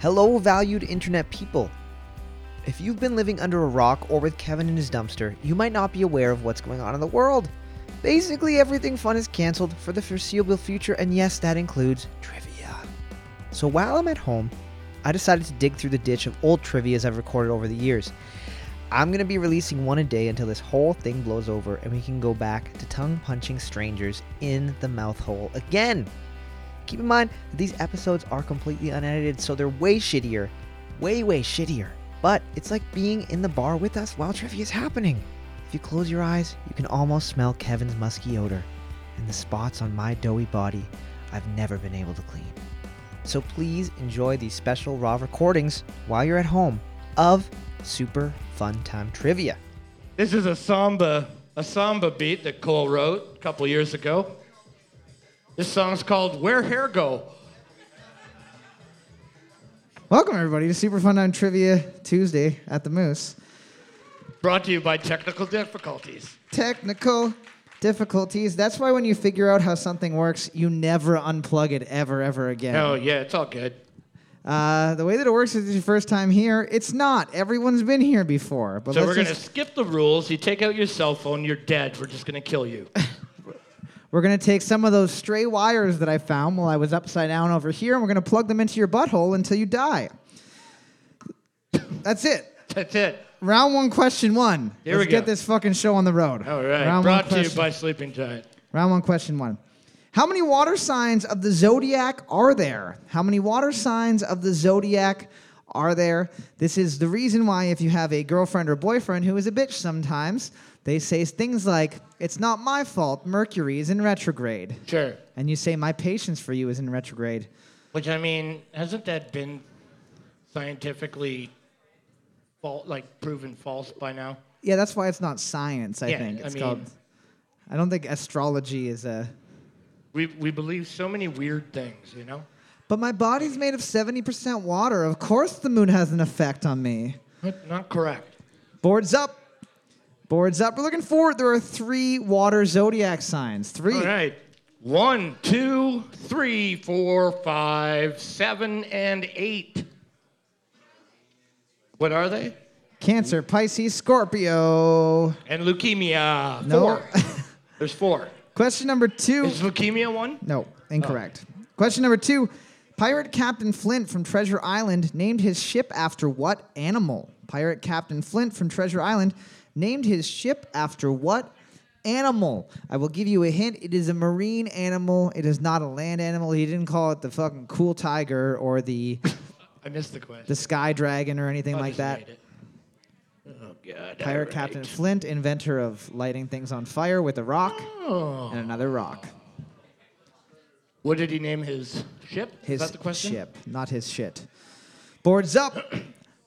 Hello, valued internet people. If you've been living under a rock or with Kevin in his dumpster, you might not be aware of what's going on in the world. Basically, everything fun is canceled for the foreseeable future, and yes, that includes trivia. So while I'm at home, I decided to dig through the ditch of old trivias I've recorded over the years. I'm going to be releasing one a day until this whole thing blows over and we can go back to tongue punching strangers in the mouth hole again. Keep in mind that these episodes are completely unedited, so they're way shittier. Way, way shittier. But it's like being in the bar with us while trivia is happening. If you close your eyes, you can almost smell Kevin's musky odor and the spots on my doughy body I've never been able to clean. So please enjoy these special raw recordings while you're at home of Super Fun Time Trivia. This is a samba, a samba beat that Cole wrote a couple years ago. This song's called "Where Hair Go." Welcome everybody to Super Fun Time Trivia Tuesday at the Moose. Brought to you by Technical Difficulties. Technical difficulties. That's why when you figure out how something works, you never unplug it ever, ever again. Oh yeah, it's all good. Uh, the way that it works is it's your first time here. It's not. Everyone's been here before. But So let's we're gonna just- skip the rules. You take out your cell phone, you're dead. We're just gonna kill you. we're gonna take some of those stray wires that I found while I was upside down over here, and we're gonna plug them into your butthole until you die. That's it. That's it. Round one, question one. Here we Let's get go. this fucking show on the road. All right. Round one, Brought to you question- by Sleeping Giant. Round one, question one. How many water signs of the zodiac are there? How many water signs of the zodiac are there? This is the reason why, if you have a girlfriend or boyfriend who is a bitch sometimes, they say things like, It's not my fault, Mercury is in retrograde. Sure. And you say, My patience for you is in retrograde. Which I mean, hasn't that been scientifically fal- like proven false by now? Yeah, that's why it's not science, I Yeah, think. I It's mean- called. I don't think astrology is a. We we believe so many weird things, you know. But my body's made of 70% water. Of course, the moon has an effect on me. Not- Not correct. Boards up. Boards up. We're looking forward. There are three water zodiac signs. Three. All right. One, two, three, four, five, seven, and eight. What are they? Cancer, Pisces, Scorpio. And leukemia. No. Four. There's four. Question number two. Is leukemia one? No, incorrect. Question number two. Pirate Captain Flint from Treasure Island named his ship after what animal? Pirate Captain Flint from Treasure Island named his ship after what animal? I will give you a hint. It is a marine animal. It is not a land animal. He didn't call it the fucking cool tiger or the I missed the question. the sky dragon or anything I like just that. made it. Oh, God. all Pirate right. Captain Flint, inventor of lighting things on fire with a rock and another rock. Oh. What did he name his ship? His Is that the question? ship, not his shit. Boards up.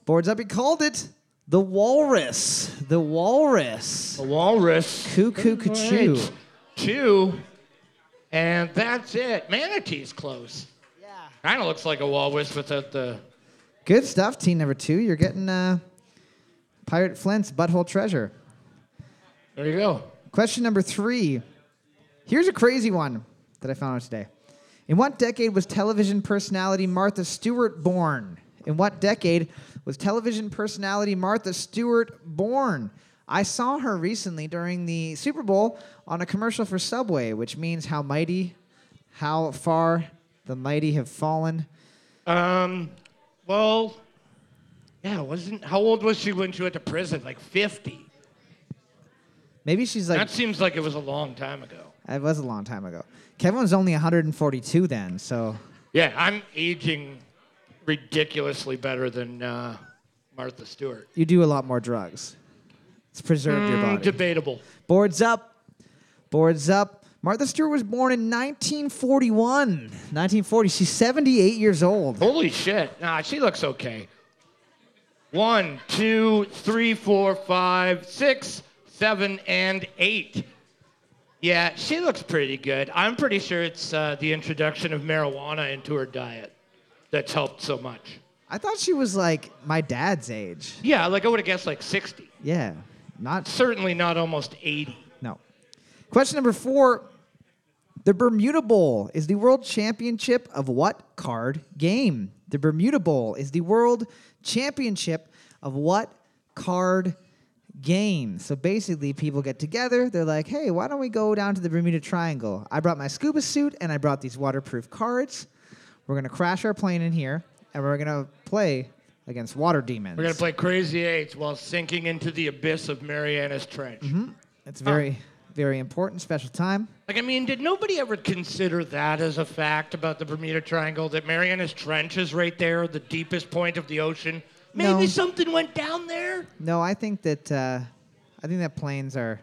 Boards up. He called it the walrus. The walrus. A walrus. Cuckoo All right. cuckoo. Two. And that's it. Manatee's close. Yeah. Kind of looks like a walrus without the. Good stuff, team number two. You're getting uh, Pirate Flint's butthole treasure. There you go. Question number three. Here's a crazy one that I found out today. In what decade was television personality Martha Stewart born? In what decade was television personality Martha Stewart born? I saw her recently during the Super Bowl on a commercial for Subway, which means how mighty, how far the mighty have fallen. Um, well, yeah, wasn't how old was she when she went to prison? Like 50. Maybe she's like, that seems like it was a long time ago. it was a long time ago. Kevin was only 142 then, so Yeah, I'm aging ridiculously better than uh, Martha Stewart. you do a lot more drugs. It's Mm, preserved your body. Debatable. Boards up. Boards up. Martha Stewart was born in 1941. 1940. She's 78 years old. Holy shit. Nah, she looks okay. One, two, three, four, five, six, seven, and eight. Yeah, she looks pretty good. I'm pretty sure it's uh, the introduction of marijuana into her diet that's helped so much. I thought she was like my dad's age. Yeah, like I would have guessed like 60. Yeah. Not Certainly not almost 80. no. Question number 4. The Bermuda Bowl is the world championship of what card game? The Bermuda Bowl is the world championship of what card game? So basically, people get together. They're like, hey, why don't we go down to the Bermuda Triangle? I brought my scuba suit and I brought these waterproof cards. We're going to crash our plane in here and we're going to play against water demons. We're gonna play Crazy Eights while sinking into the abyss of Marianas Trench. It's very, very important, special time. Like, I mean, did nobody ever consider that as a fact about the Bermuda Triangle? That Marianas Trench is right there, the deepest point of the ocean. Maybe No. something went down there. No, I think that uh, I think that planes are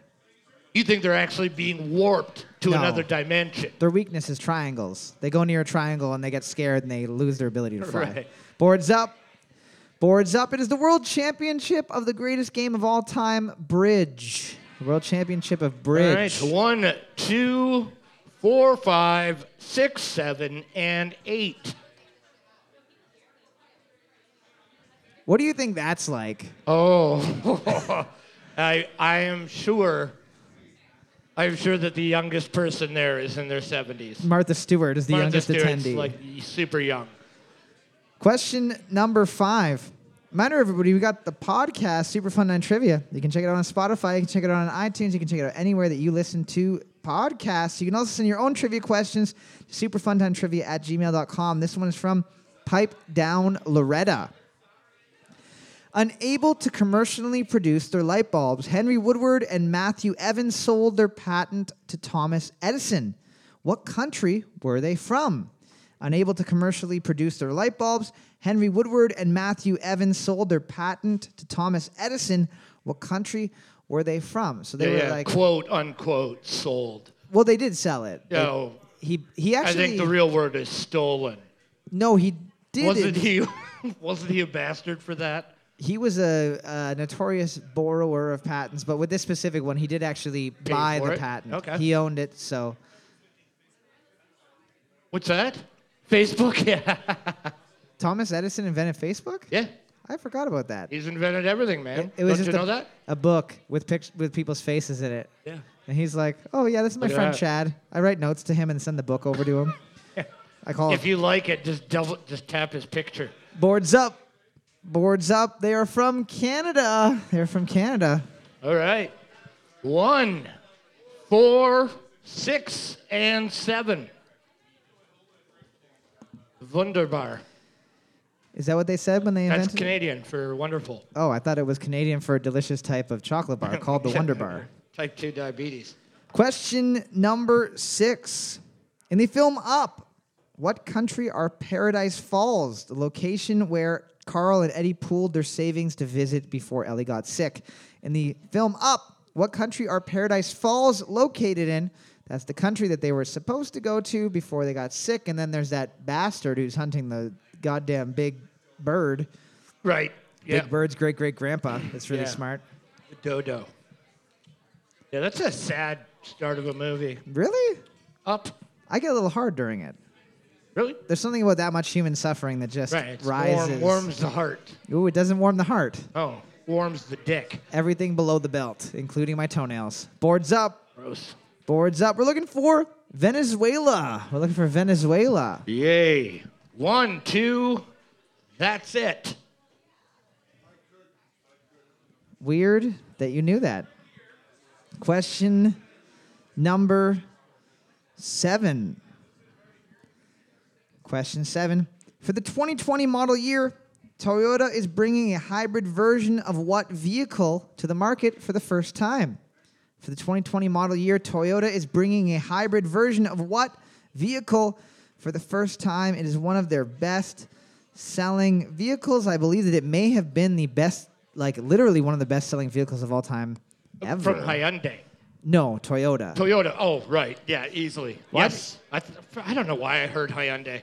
You think they're actually being warped to No. another dimension? their weakness is triangles. They go near a triangle and they get scared and they lose their ability to fly. Right. Boards up. Boards up. It is the World Championship of the greatest game of all time, bridge. The World Championship of All bridge. right, one, two, four, five, six, seven, and eight. What do you think that's like? Oh, I, I am sure. I'm sure that the youngest person there is in their 70s. Martha Stewart is the Martha youngest Stewart's, attendee. like super young. Question number five. Reminder, everybody, we got the podcast, Super Fun Nine Trivia. You can check it out on Spotify. You can check it out on iTunes. You can check it out anywhere that you listen to podcasts. You can also send your own trivia questions to superfuntimetrivia at gmail.com. This one is from Pipe Down Loretta. Unable to commercially produce their light bulbs, Henry Woodward and Matthew Evans sold their patent to Thomas Edison. What country were they from? Unable to commercially produce their light bulbs, Henry Woodward and Matthew Evans sold their patent to Thomas Edison. What country were they from? So they Yeah, were yeah, like, quote unquote sold. well, they did sell it. Like, No, he he I actually think the real word is stolen. no he did Wasn't he? wasn't he a bastard for that? he was a, a notorious borrower of patents, but with this specific one, he did actually buy for the it? patent. Okay. He owned it, so What's that? Facebook? Yeah, Thomas Edison invented Facebook. yeah. I forgot about that. He's invented everything, man. Don't you a, know that? a book with pict- with people's faces in it, Yeah. and he's like, "Oh yeah, this is my Look at friend that. Chad." I write notes to him and send the book over to him. I call him. If you like it, just double, just tap his picture. Boards up, boards up. They are from Canada. They're from Canada. All right. One, four, six, and seven. Wunderbar. Is that what they said when they That's invented? it? Canadian for wonderful. Oh, I thought it was Canadian for a delicious type of chocolate bar called the Wonder Bar. Type 2 diabetes. Question number six. In the film Up, what country are Paradise Falls, the location where Carl and Eddie pooled their savings to visit before Ellie got sick? In the film Up, what country are Paradise Falls located in? That's the country that they were supposed to go to before they got sick. And then there's that bastard who's hunting the goddamn big bird. Right. Yeah. Big Bird's great great grandpa. That's really Yeah. smart. The dodo. Yeah, that's a sad start of a movie. Really? Up. I get a little hard during it. Really? There's something about that much human suffering that just Right. It's rises. Warm, warms the heart. Ooh, it doesn't warm the heart. Oh, warms the dick. Everything below the belt, including my toenails. Boards up, Gross. boards up. We're looking for Venezuela. We're looking for Venezuela. Yay. One, two. That's it. Weird that you knew that. Question number seven. Question seven. For the 2020 model year, Toyota is bringing a hybrid version of what vehicle to the market for the first time? For the 2020 model year, Toyota is bringing a hybrid version of what vehicle for the first time? It is one of their best selling vehicles. I believe that it may have been the best, like literally one of the best selling vehicles of all time ever. From Hyundai. no, Toyota. Toyota. Oh, right. Yeah, easily. Yes. I, th- I don't know why I heard Hyundai.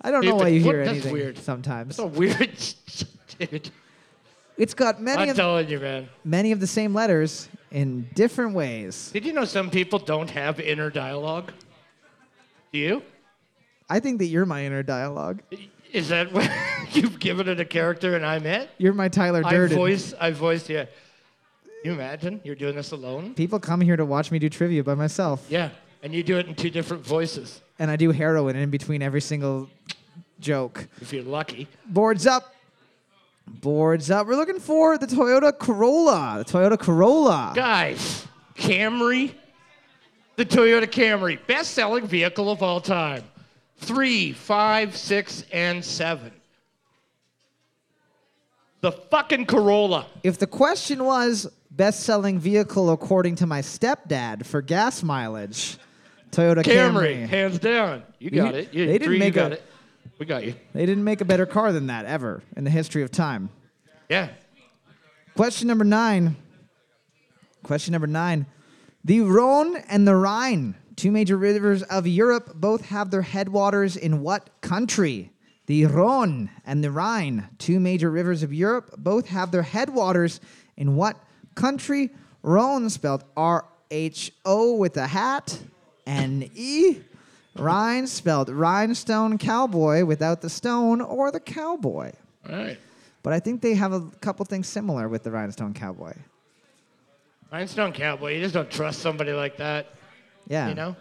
I don't know Stupid. why you What- hear that's anything weird. sometimes. It's a weird, dude. It's got many I'm of, telling you, man. many of the same letters in different ways. Did you know some people don't have inner dialogue? Do you? I think that you're my inner dialogue. Is that what you've given it a character and I'm it? You're my Tyler I Durden. voice, I voice, yeah. you imagine? You're doing this alone? People come here to watch me do trivia by myself, Yeah. And you do it in two different voices, and I do heroin in between every single joke. if you're lucky. Boards up. Boards up. We're looking for the Toyota Corolla. The Toyota Corolla. Guys, Camry, the Toyota Camry, best selling vehicle of all time. Three, five, six, and seven. The fucking Corolla. If the question was best selling vehicle according to my stepdad for gas mileage, Toyota Camry, Camry. hands down. You got it. You, they didn't three, make you got a- it. We got you. They didn't make a better car than that ever in the history of time. Yeah. Question number nine. Question number nine. The Rhone and the Rhine, two major rivers of Europe, both have their headwaters in what country? The Rhone and the Rhine, two major rivers of Europe, both have their headwaters in what country? Rhone, spelled R H O with a hat, N E. Rhine, spelled rhinestone cowboy without the stone or the cowboy. All right. But I think they have a couple things similar with the Rhinestone Cowboy. Rhinestone Cowboy, you just don't trust somebody like that, Yeah. you know?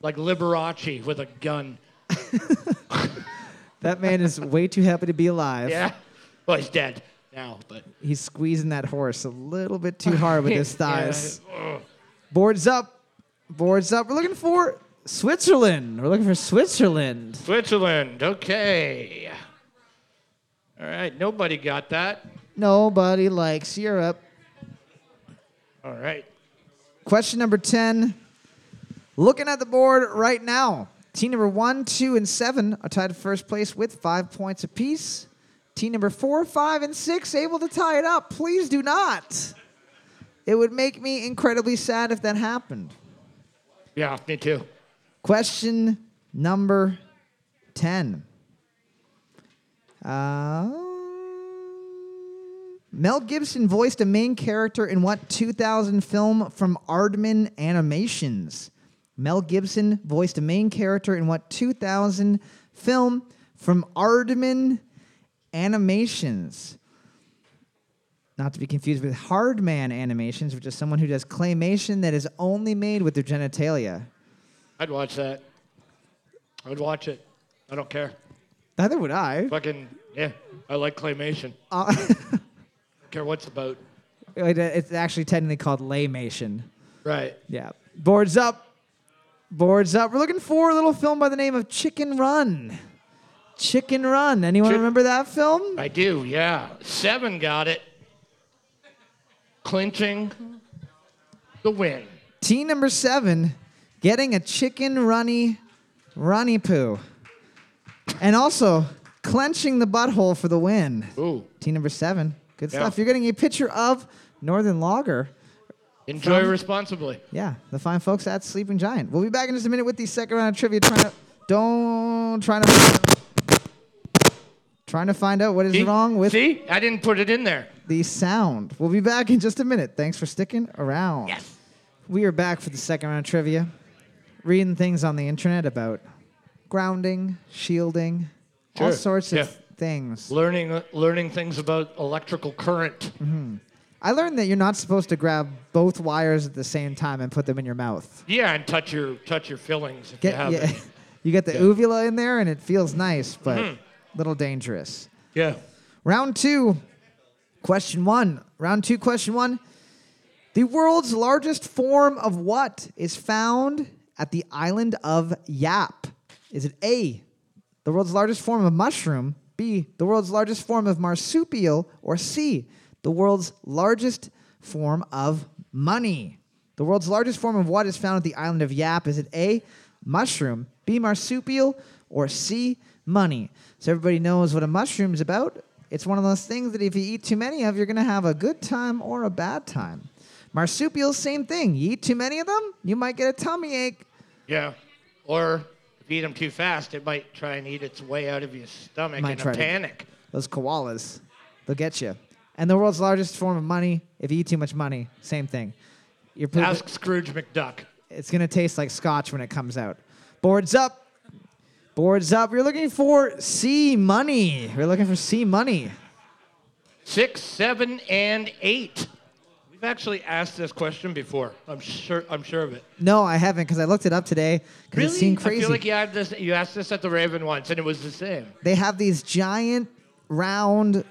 Like Liberace with a gun. That man is way too happy to be alive. Yeah. Well, he's dead now, but. He's squeezing that horse a little bit too hard with his Yeah. thighs. Boards up. Boards up. We're looking for Switzerland. We're looking for Switzerland. Switzerland, okay. All right, nobody got that. Nobody likes Europe. All right. Question number 10. Looking at the board right now, team number one, two, and seven are tied first place with five points apiece. Team number four, five, and six able to tie it up. Please do not. It would make me incredibly sad if that happened. Yeah, me too. Question number 10. Uh, Mel Gibson voiced a main character in what 2000 film from Aardman Animations? Mel Gibson voiced a main character in what 2000 film from Aardman Animations? Not to be confused with Hardman Animations, which is someone who does claymation that is only made with their genitalia. I'd watch that. I would watch it. I don't care. Neither would I. Fucking, yeah, I like claymation. Uh, Don't care what's about. it- uh, it's actually technically called laymation. Right. Yeah. Boards up. Boards up. We're looking for a little film by the name of Chicken Run. Chicken Run. Anyone Chick- remember that film? I do, yeah. Seven got it. Clinching the win. Team number seven, getting a chicken runny, runny poo, and also clenching the butthole for the win. Ooh. Team number seven. Good Yeah. stuff. You're getting a picture of Northern Lager. Enjoy From- responsibly. Yeah, the fine folks at Sleeping Giant. We'll be back in just a minute with the second round of trivia. Trying to don't trying to trying to find out what is See? wrong with See? I didn't put it in there. the sound. We'll be back in just a minute. Thanks for sticking around. Yes. We are back for the second round of trivia. Reading things on the internet about grounding, shielding, all Sure, sorts yeah. of things. Learning, uh, learning things about electrical current. Mm-hmm. I learned that you're not supposed to grab both wires at the same time and put them in your mouth. Yeah, and touch your touch your fillings if you Get, have yeah, Hmm. it. you get the uvula in there, and it feels nice, but a little dangerous. Yeah. Round two, question one. Round two, question one. The world's largest form of what is found at the island of Yap? Is it A, the world's largest form of mushroom, B, the world's largest form of marsupial, or C, the world's largest form of money? The world's largest form of what is found at the island of Yap? Is it A, mushroom, B, marsupial, or C, money? So everybody knows what a mushroom is about. It's one of those things that if you eat too many of, you're going to have a good time or a bad time. Marsupials, same thing. You eat too many of them, you might get a tummy ache. Yeah. Or if you eat them too fast, it might try and eat its way out of your stomach Might in a try to- panic. Those koalas, they'll get you. And the world's largest form of money, if you eat too much money, same thing. Your poop, Ask Scrooge McDuck. it's going to taste like scotch when it comes out. Boards up. Boards up. You're looking for C money. We're looking for C money. Six, seven, and eight. You've actually asked this question before. I'm sure. I'm sure of it. No, I haven't because I looked it up today because it seemed I crazy. feel like you had this. You asked this at the Raven once, and it was the same. they have these giant round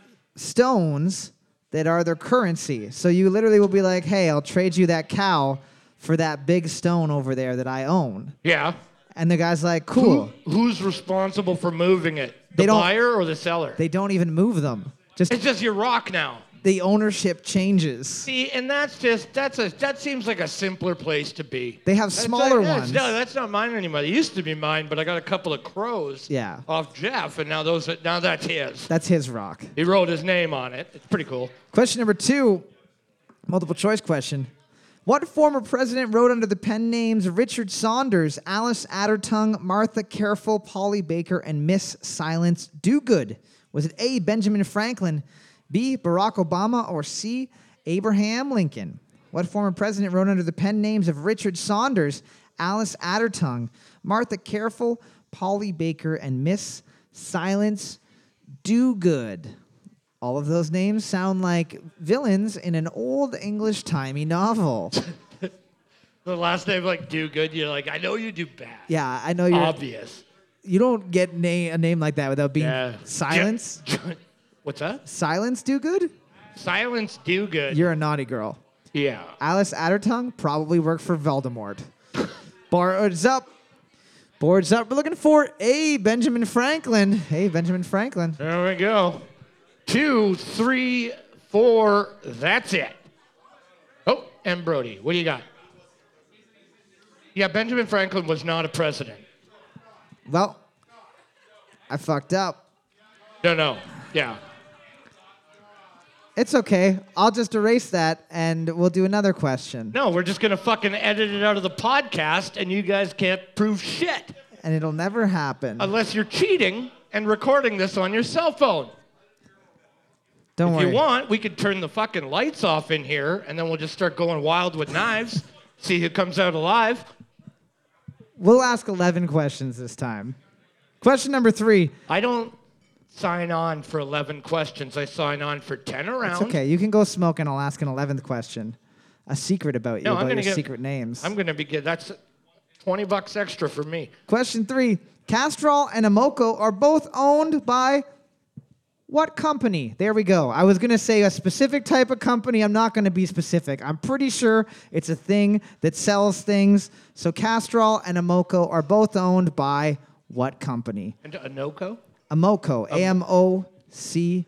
stones that are their currency. So you literally will be like, hey, I'll trade you that cow for that big stone over there that I own. Yeah. And the guy's like, Who, cool. who's responsible for moving it? The They don't- buyer or the seller? They don't even move them. Just it's just your rock now. the ownership changes. See, and that's just that's a that seems like a simpler place to be. They have That's smaller like- that's- ones. No, that's not mine anymore. It used to be mine, but I got a couple of crows. Yeah. Off Jeff, and now those are- now that's his. That's his rock. He wrote his name on it. It's pretty cool. Question number two, multiple choice question. What former president wrote under the pen names Richard Saunders, Alice Adderton, Martha Careful, Polly Baker, and Miss Silence Dogood? Was it A. Benjamin Franklin, B. Barack Obama, or C. Abraham Lincoln? What former president wrote under the pen names of Richard Saunders, Alice Adderton, Martha Careful, Polly Baker, and Miss Silence Dogood? All of those names sound like villains in an old English timey novel. The last name like do good. You're like I know you do bad. yeah, I know you're. Obvious. you don't get na- a name like that without being Yeah. silence. What's that? Silence do good. Silence do good. You're a naughty girl. yeah. Alice Adderton probably worked for Voldemort. Boards up. Boards up. We're looking for a Benjamin Franklin. Hey, Benjamin Franklin. There we go. Two, three, four. That's it. Oh, and Brody, what do you got? Yeah, Benjamin Franklin was not a president. Well, I fucked up. No, no. Yeah. It's okay. I'll just erase that and we'll do another question. No, we're just going to fucking edit it out of the podcast and you guys can't prove shit And it'll never happen. unless you're cheating and recording this on your cell phone. Don't If worry. you want, we could turn the fucking lights off in here and then we'll just start going wild with knives, see who comes out alive. We'll ask 11 questions this time. Question number three. I don't sign on for 11 questions. I sign on for 10 around. It's okay. You can go smoke and I'll ask an 11th question. A secret about you, No, I'm about gonna your get- secret names. I'm going to be good. That's 20 bucks extra for me. Question three. Castrol and Amoco are both owned by what company? There we go. I was going to say a specific type of company. I'm not going to be specific. I'm pretty sure it's a thing that sells things. So Castrol and Amoco are both owned by what company? And Anoco? Amoco. A M O C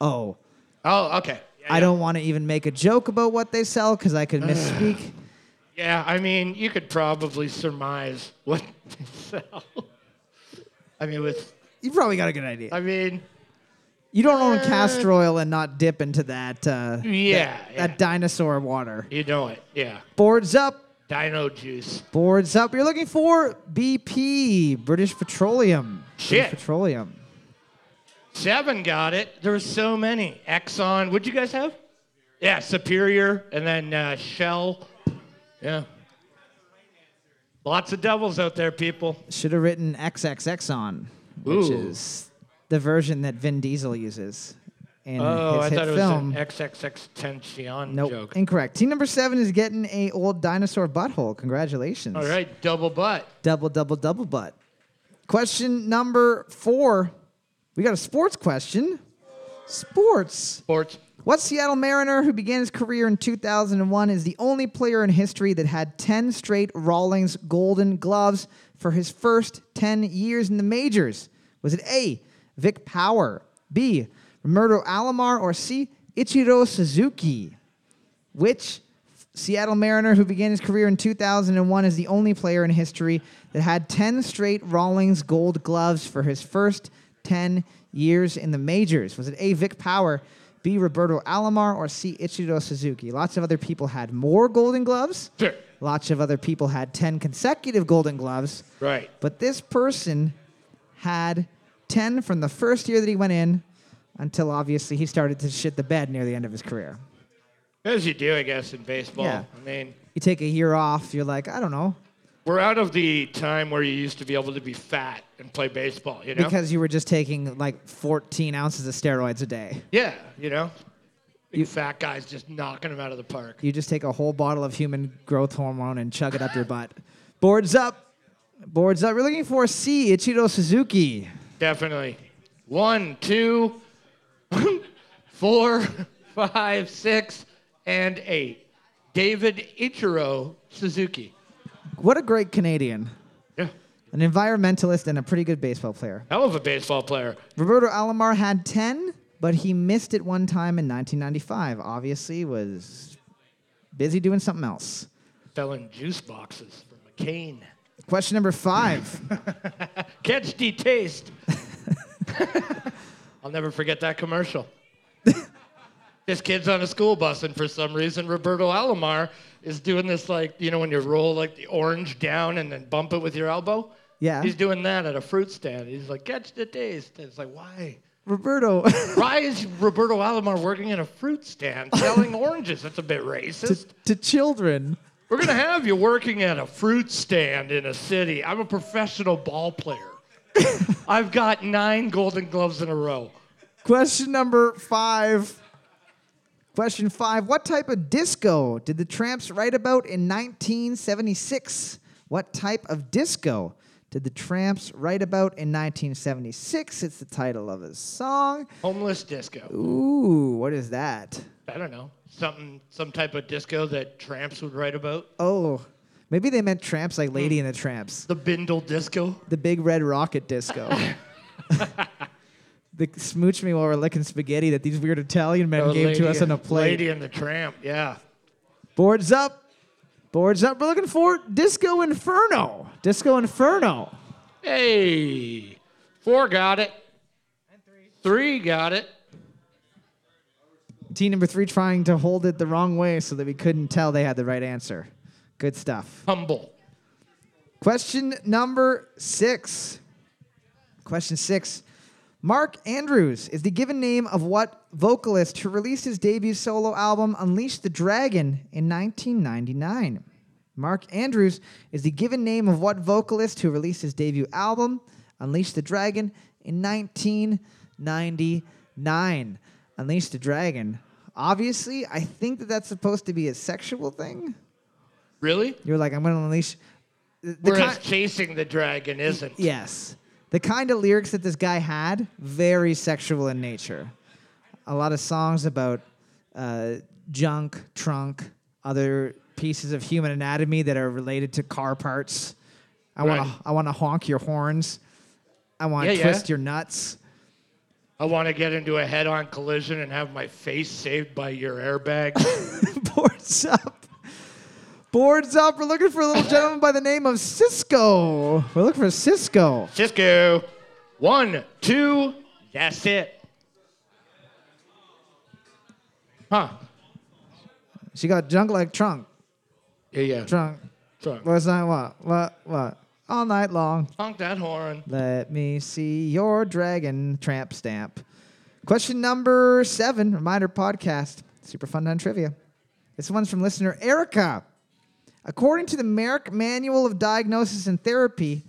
O. Oh, okay. Yeah, I don't want to even make a joke about what they sell because I could misspeak. Yeah, I mean, you could probably surmise what they sell. I mean, with, You probably got a good idea. I mean, You don't own castor oil and not dip into that uh, yeah, that, yeah. that dinosaur water. you know it. Yeah. Boards up, Dino juice. boards up. You're looking for BP, British Petroleum. Shit. British Petroleum. Seven got it. There were so many. Exxon. What'd you guys have? Yeah, Superior, and then uh, Shell. Yeah. Lots of devils out there, people. Should have written XXX on, which Ooh. is the version that Vin Diesel uses in Oh, his I Mm, hit thought it film. was an XXX Tension nope, joke. incorrect. Team number seven is getting a old dinosaur butthole. Congratulations. All right, double butt. Double, double, double butt. Question number four. We got a sports question. Sports. Sports. What Seattle Mariner who began his career in 2001 is the only player in history that had 10 straight Rawlings Golden Gloves for his first 10 years in the majors? Was it A, Vic Power, B, Roberto Alomar, or C, Ichiro Suzuki? Which Seattle Mariner who began his career in 2001 is the only player in history that had 10 straight Rawlings gold gloves for his first 10 years in the majors? Was it A. Vic Power, B. Roberto Alomar, or C. Ichiro Suzuki? Lots of other people had more golden gloves. Sure. Lots of other people had 10 consecutive golden gloves. Right. But this person had 10 from the first year that he went in until obviously he started to shit the bed near the end of his career. As you do, I guess, in baseball. Yeah. I mean, you take a year off, you're like, I don't know, we're out of the time where you used to be able to be fat and play baseball, you know? because you were just taking like 14 ounces of steroids a day. yeah, you know? You fat guy's just knocking him out of the park. You just take a whole bottle of human growth hormone and chug it up your butt. Boards up. Boards up. We're looking for C, Ichiro Suzuki. Definitely. One, two, four, five, six, and eight. David Ichiro Suzuki. What a great Canadian. Yeah. An environmentalist and a pretty good baseball player. Hell of a baseball player. Roberto Alomar had 10, but he missed it one time in 1995. Obviously was busy doing something else. Selling juice boxes from McCain. Question number 5. Catch the taste. I'll never forget that commercial. this kid's on a school bus, and for some reason, Roberto Alomar is doing this like, you know, when you roll like the orange down and then bump it with your elbow? Yeah. He's doing that at a fruit stand. He's like, catch the taste. And it's like, why? Roberto Why is Roberto Alomar working in a fruit stand selling oranges? That's a bit to, racist. to children. We're going to have you working at a fruit stand in a city. I'm a professional ball player. I've got nine golden gloves in a row. Question number 5. Question 5. What type of disco did the Tramps write about in 1976? What type of disco did the Tramps write about in 1976? It's the title of his song. Homeless disco. Ooh, what is that? I don't know. Something, some type of disco that tramps would write about. Oh, maybe they meant tramps like Lady and the Tramps. The Bindle disco. The big red rocket disco. the smooch me while we're licking spaghetti that these weird Italian men Or gave to us on and- a plate. Oh, Lady and the Tramp. Yeah. Boards up. Boards up. We're looking for Disco Inferno. Disco Inferno. Hey, four got it. Three got it. Team number three trying to hold it the wrong way so that we couldn't tell they had the right answer. Good stuff. Humble. Question number six. Question six. Mark Andrews is the given name of what vocalist who released his debut solo album Unleash the Dragon in 1999? Mark Andrews is the given name of what vocalist who released his debut album Unleash the Dragon in 1999? Unleash the Dragon. Obviously, I think that that's supposed to be a sexual thing. Really? You're like, I'm going to unleash. The, the Whereas ki- chasing the dragon isn't. Yes. The kind of lyrics that this guy had, very sexual in nature. A lot of songs about uh, junk, trunk, other pieces of human anatomy that are related to car parts. I want Right. to I want to honk your horns. I want to Yeah, yeah. twist your nuts. I want to get into a head-on collision and have my face saved by your airbag. Boards up. Boards up. We're looking for a little gentleman by the name of Cisco. We're looking for Cisco. Cisco. One, two. That's it. Huh? She got junk like trunk. Yeah, yeah. Trunk. Trunk. What's that? What? What? What? All night long. Honk that horn. Let me see your dragon tramp stamp. Question number seven, reminder podcast. Super fun on trivia. This one's from listener Erica. According to the Merrick Manual of Diagnosis and Therapy,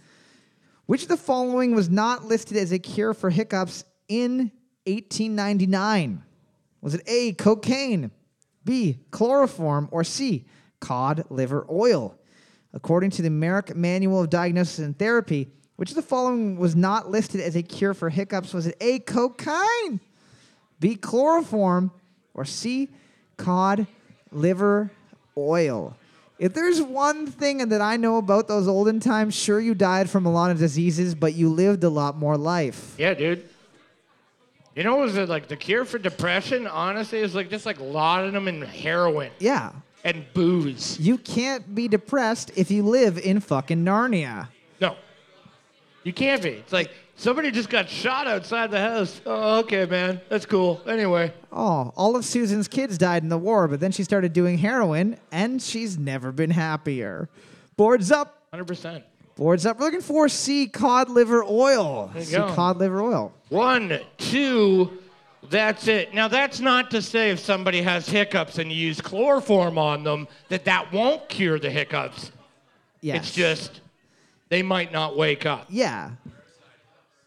which of the following was not listed as a cure for hiccups in 1899? Was it A, cocaine, B, chloroform, or C, cod liver oil? According to the Merrick Manual of Diagnosis and Therapy, which of the following was not listed as a cure for hiccups? Was it A, cocaine, B, chloroform, or C, cod liver oil? If there's one thing that I know about those olden times, sure you died from a lot of diseases, but you lived a lot more life. Yeah, dude. You know, was it like the cure for depression? Honestly, is like just like laudanum and heroin Yeah. and booze. You can't be depressed if you live in fucking Narnia. No, you can't be. It's like somebody just got shot outside the house. Oh, okay, man, that's cool. Anyway, Oh, all of Susan's kids died in the war, but then she started doing heroin and she's never been happier. Boards up. hundred percent. Boards up. We're looking for C cod liver oil. you C go. cod liver oil. One, two, that's it. Now, that's not to say if somebody has hiccups and you use chloroform on them that that won't cure the hiccups. Yes. It's just they might not wake up. Yeah.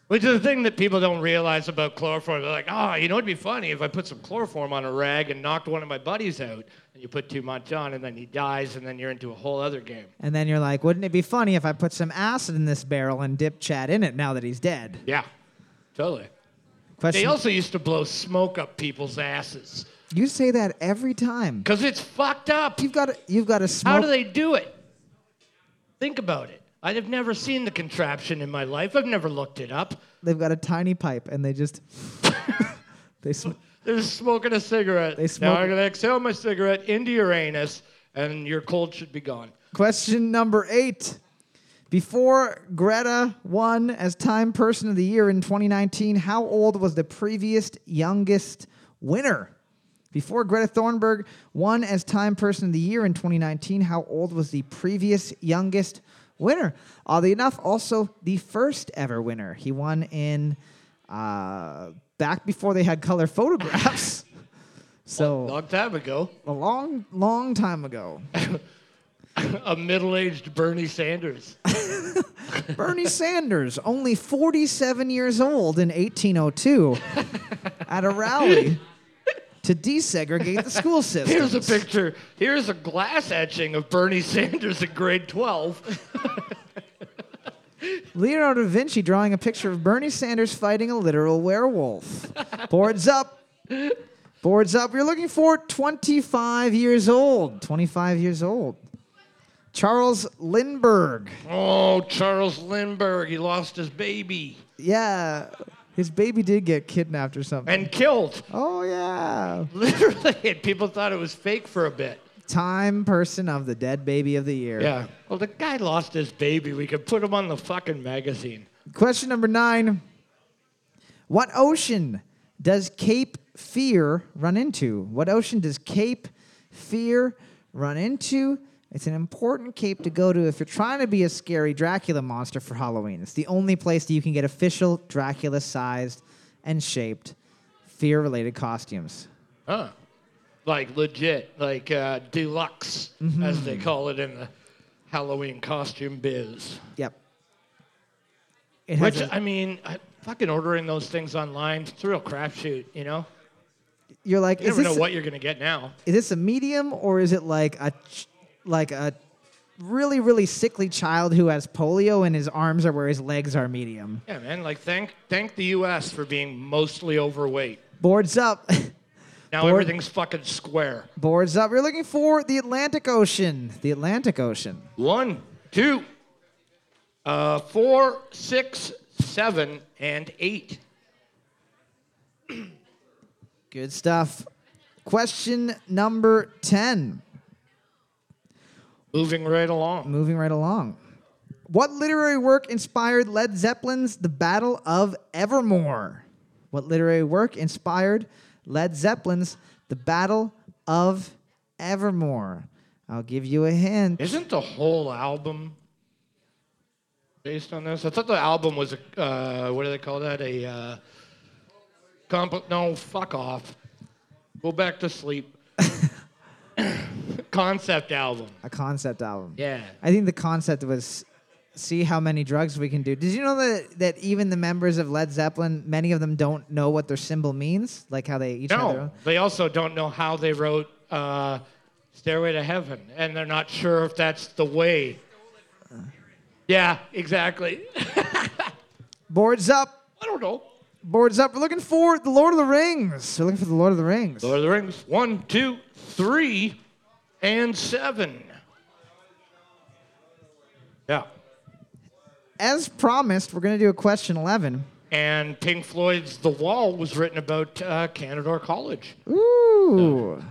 Which is the thing that people don't realize about chloroform. They're like, oh, you know, it'd be funny if I put some chloroform on a rag and knocked one of my buddies out, and you put too much on, and then he dies, and then you're into a whole other game. And then you're like, wouldn't it be funny if I put some acid in this barrel and dip Chad in it now that he's dead? Yeah, totally. They Question. also used to blow smoke up people's asses you say that every time. because it's fucked up. You've got to, you've got to smoke. How do they do it? Think about it. I've never seen the contraption in my life. I've never looked it up. They've got a tiny pipe and they just they sm- They're just smoking a cigarette. They now smoke I'm it. gonna exhale my cigarette into your anus, and your cold should be gone. Question number eight. Before Greta won as Time Person of the Year in 2019, how old was the previous youngest winner? Before Greta Thornburg won as Time Person of the Year in 2019, how old was the previous youngest winner? Oddly enough, also the first ever winner. He won in uh, back before they had color photographs. so Long time ago, a long, long time ago. a middle-aged Bernie Sanders. Bernie Sanders, only 47 years old in 1802, at a rally to desegregate the school system. Here's a picture. Here's a glass etching of Bernie Sanders in grade 12. Leonardo da Vinci drawing a picture of Bernie Sanders fighting a literal werewolf. Boards up. Boards up. You're looking for 25 years old. 25 years old. Charles Lindbergh. Oh, Charles Lindbergh, he lost his baby Yeah. His baby did get kidnapped or something. and killed. oh, yeah. Literally, and people thought it was fake for a bit. Time person of the dead baby of the year. Yeah. Well, the guy lost his baby. We could put him on the fucking magazine. Question number nine. What ocean does Cape Fear run into? What ocean does Cape Fear run into? It's an important cape to go to if you're trying to be a scary Dracula monster for Halloween. It's the only place that you can get official Dracula sized and shaped fear related costumes. Huh. Like legit, like uh, deluxe, Mm-hmm. as they call it in the Halloween costume biz. Yep. It has Which, a- I mean, I, fucking ordering those things online, it's a real crapshoot, you know? you're like, You is never know this, what you're going to get now. is this a medium or is it like a ch- like a really really sickly child who has polio and his arms are where his legs are medium Yeah, man. Like, thank, thank the U.S. for being mostly overweight. boards up Now Board- everything's fucking square. boards up you're looking for the atlantic ocean the atlantic ocean One, two, uh, four, six, seven, and eight. good stuff question number 10 Moving right along. moving right along what literary work inspired led zeppelin's the battle of evermore what literary work inspired led zeppelin's the battle of evermore i'll give you a hint Isn't the whole album based on this? I thought the album was a uh, what do they call that? A uh, comp. No, fuck off. Go back to sleep. Concept album. a concept album Yeah. i think the concept was see how many drugs we can do did you know that, that even the members of led zeppelin many of them don't know what their symbol means like how they each have their No, own they also don't know how they wrote uh, "Stairway to Heaven," and they're not sure if that's the way. Yeah, exactly. boards up I don't know. boards up we're looking for the lord of the rings we're looking for the lord of the rings Lord of the Rings. One, two, three, and seven. Yeah. as promised, we're going to do a question 11. And Pink Floyd's The Wall was written about uh, Canadore College. Ooh,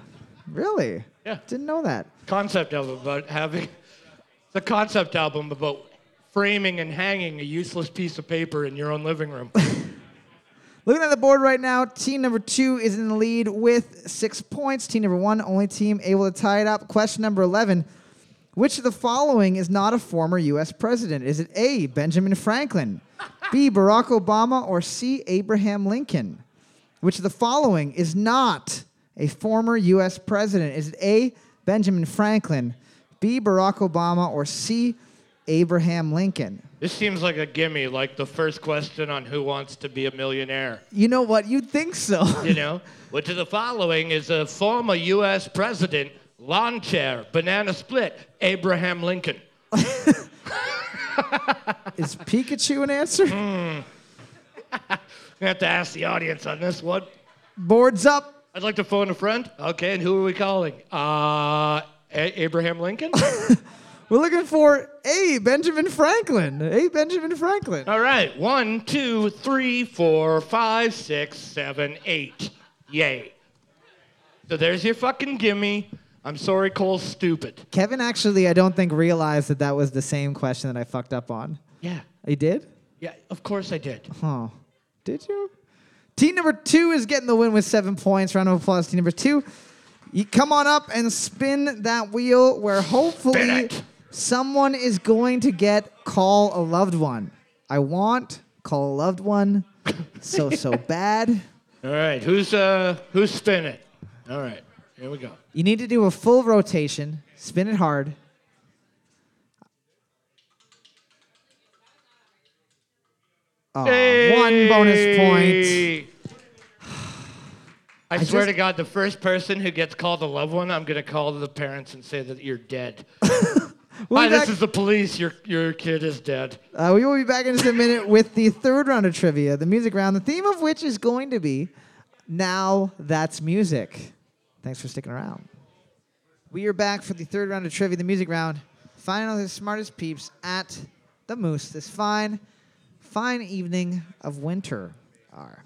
really? Yeah. Didn't know that. Concept album about having the concept album about framing and hanging a useless piece of paper in your own living room. Looking at the board right now, team number two is in the lead with six points. Team number one, only team able to tie it up. Question number 11 Which of the following is not a former U.S. president? Is it A, Benjamin Franklin, B, Barack Obama, or C, Abraham Lincoln? Which of the following is not a former U.S. president? Is it A, Benjamin Franklin, B, Barack Obama, or C, Abraham Lincoln. This seems like a gimme, like the first question on Who Wants to Be a Millionaire. You know what? You'd think so. You know, which of the following is a former U.S. president, lawn chair, banana split, Abraham Lincoln. Is Pikachu an answer? I have to ask the audience on this one. Boards up. I'd like to phone a friend. Okay, and who are we calling? Uh, A- Abraham Lincoln? We're looking for A. Benjamin Franklin. A. Benjamin Franklin. All right, one, two, three, four, five, six, seven, eight. Yay. So there's your fucking gimme. I'm sorry, Cole's stupid. Kevin actually, I don't think realized that that was the same question that I fucked up on. Yeah, He did? yeah, of course I did. Oh, did you? Team number two is getting the win with seven points. Round of applause, team number two. You come on up and spin that wheel where hopefully it. someone is going to get call a loved one. I want call a loved one so, so bad. All right, who's uh who's spinning? All right, here we go. You need to do a full rotation, spin it hard. Oh, One bonus point. Hey! I, swear to God, the first person who gets called a loved one, I'm gonna call the parents and say that you're dead. We'll Hi, be back- this is the police. Your your kid is dead. Uh, we will be back in just a minute with the third round of trivia, the music round, the theme of which is going to be Now That's Music. Thanks for sticking around. We are back for the third round of trivia, the music round. Find out the smartest peeps at the Moose this fine, fine evening of winter are.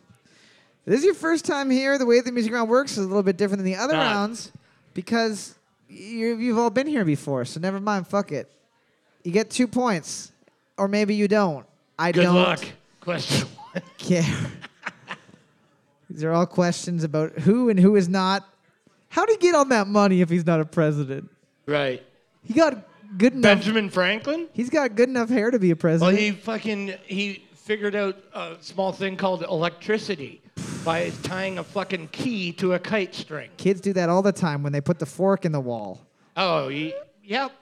If this is your first time here. The way the music round works is a little bit different than the other Ah. rounds because you you've all been here before, so never mind. Fuck it. You get two points, or maybe you don't. I Good don't luck. Question one. care. These are all questions about who and who is not. How'd he get on that money if he's not a president? Right. He got good enough. Benjamin Franklin? He's got good enough hair to be a Well, president. he fucking he figured out a small thing called electricity by tying a fucking key to a kite string. Kids do that all the time when they put the fork in the wall. Oh, he, yep.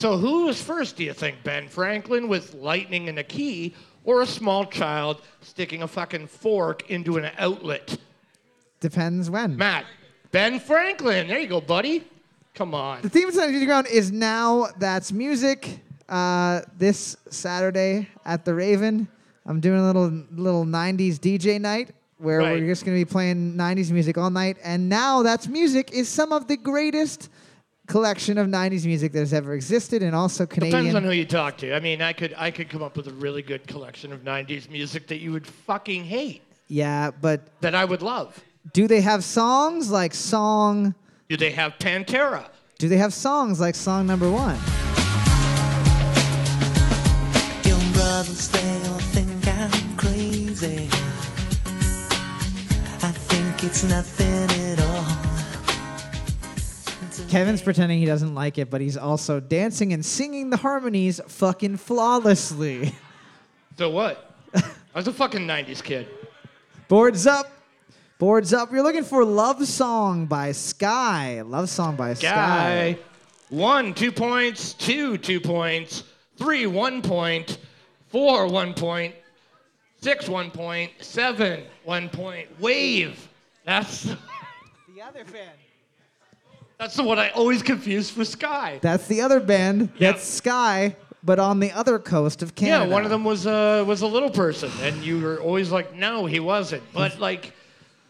So who was first, do you think? Ben Franklin with lightning and a key or a small child sticking a fucking fork into an outlet? Depends when. Matt, Ben Franklin. There you go, buddy. Come on. The theme of Sunday Ground is now that's music. Uh, this Saturday at the Raven, I'm doing a little little '90s DJ night where Right. we're just going to be playing '90s music all night. And now that's music is some of the greatest collection of '90s music that has ever existed, and also Canadian. Depends on who you talk to. I mean, I could I could come up with a really good collection of '90s music that you would fucking hate, yeah, but that I would love. do they have songs like song? Do they have Pantera? Do they have songs like song number one? Your brothers, they'll think I'm crazy. I think it's nothing at all. Kevin's pretending he doesn't like it, but he's also dancing and singing the harmonies fucking flawlessly. So what? I was a fucking '90s kid. Boards up. Boards up. You're looking for Love Song by Sky. Love Song by Guy. Sky. One, two points, two, two points, three, one point, four, one point, six, one point, seven, one point. Wave. That's The other band. that's the one I always confuse for Sky. That's the other band. Yeah. That's Sky, but on the other coast of Canada. Yeah, one of them was uh, was a little person, and you were always like, no, he wasn't. But like,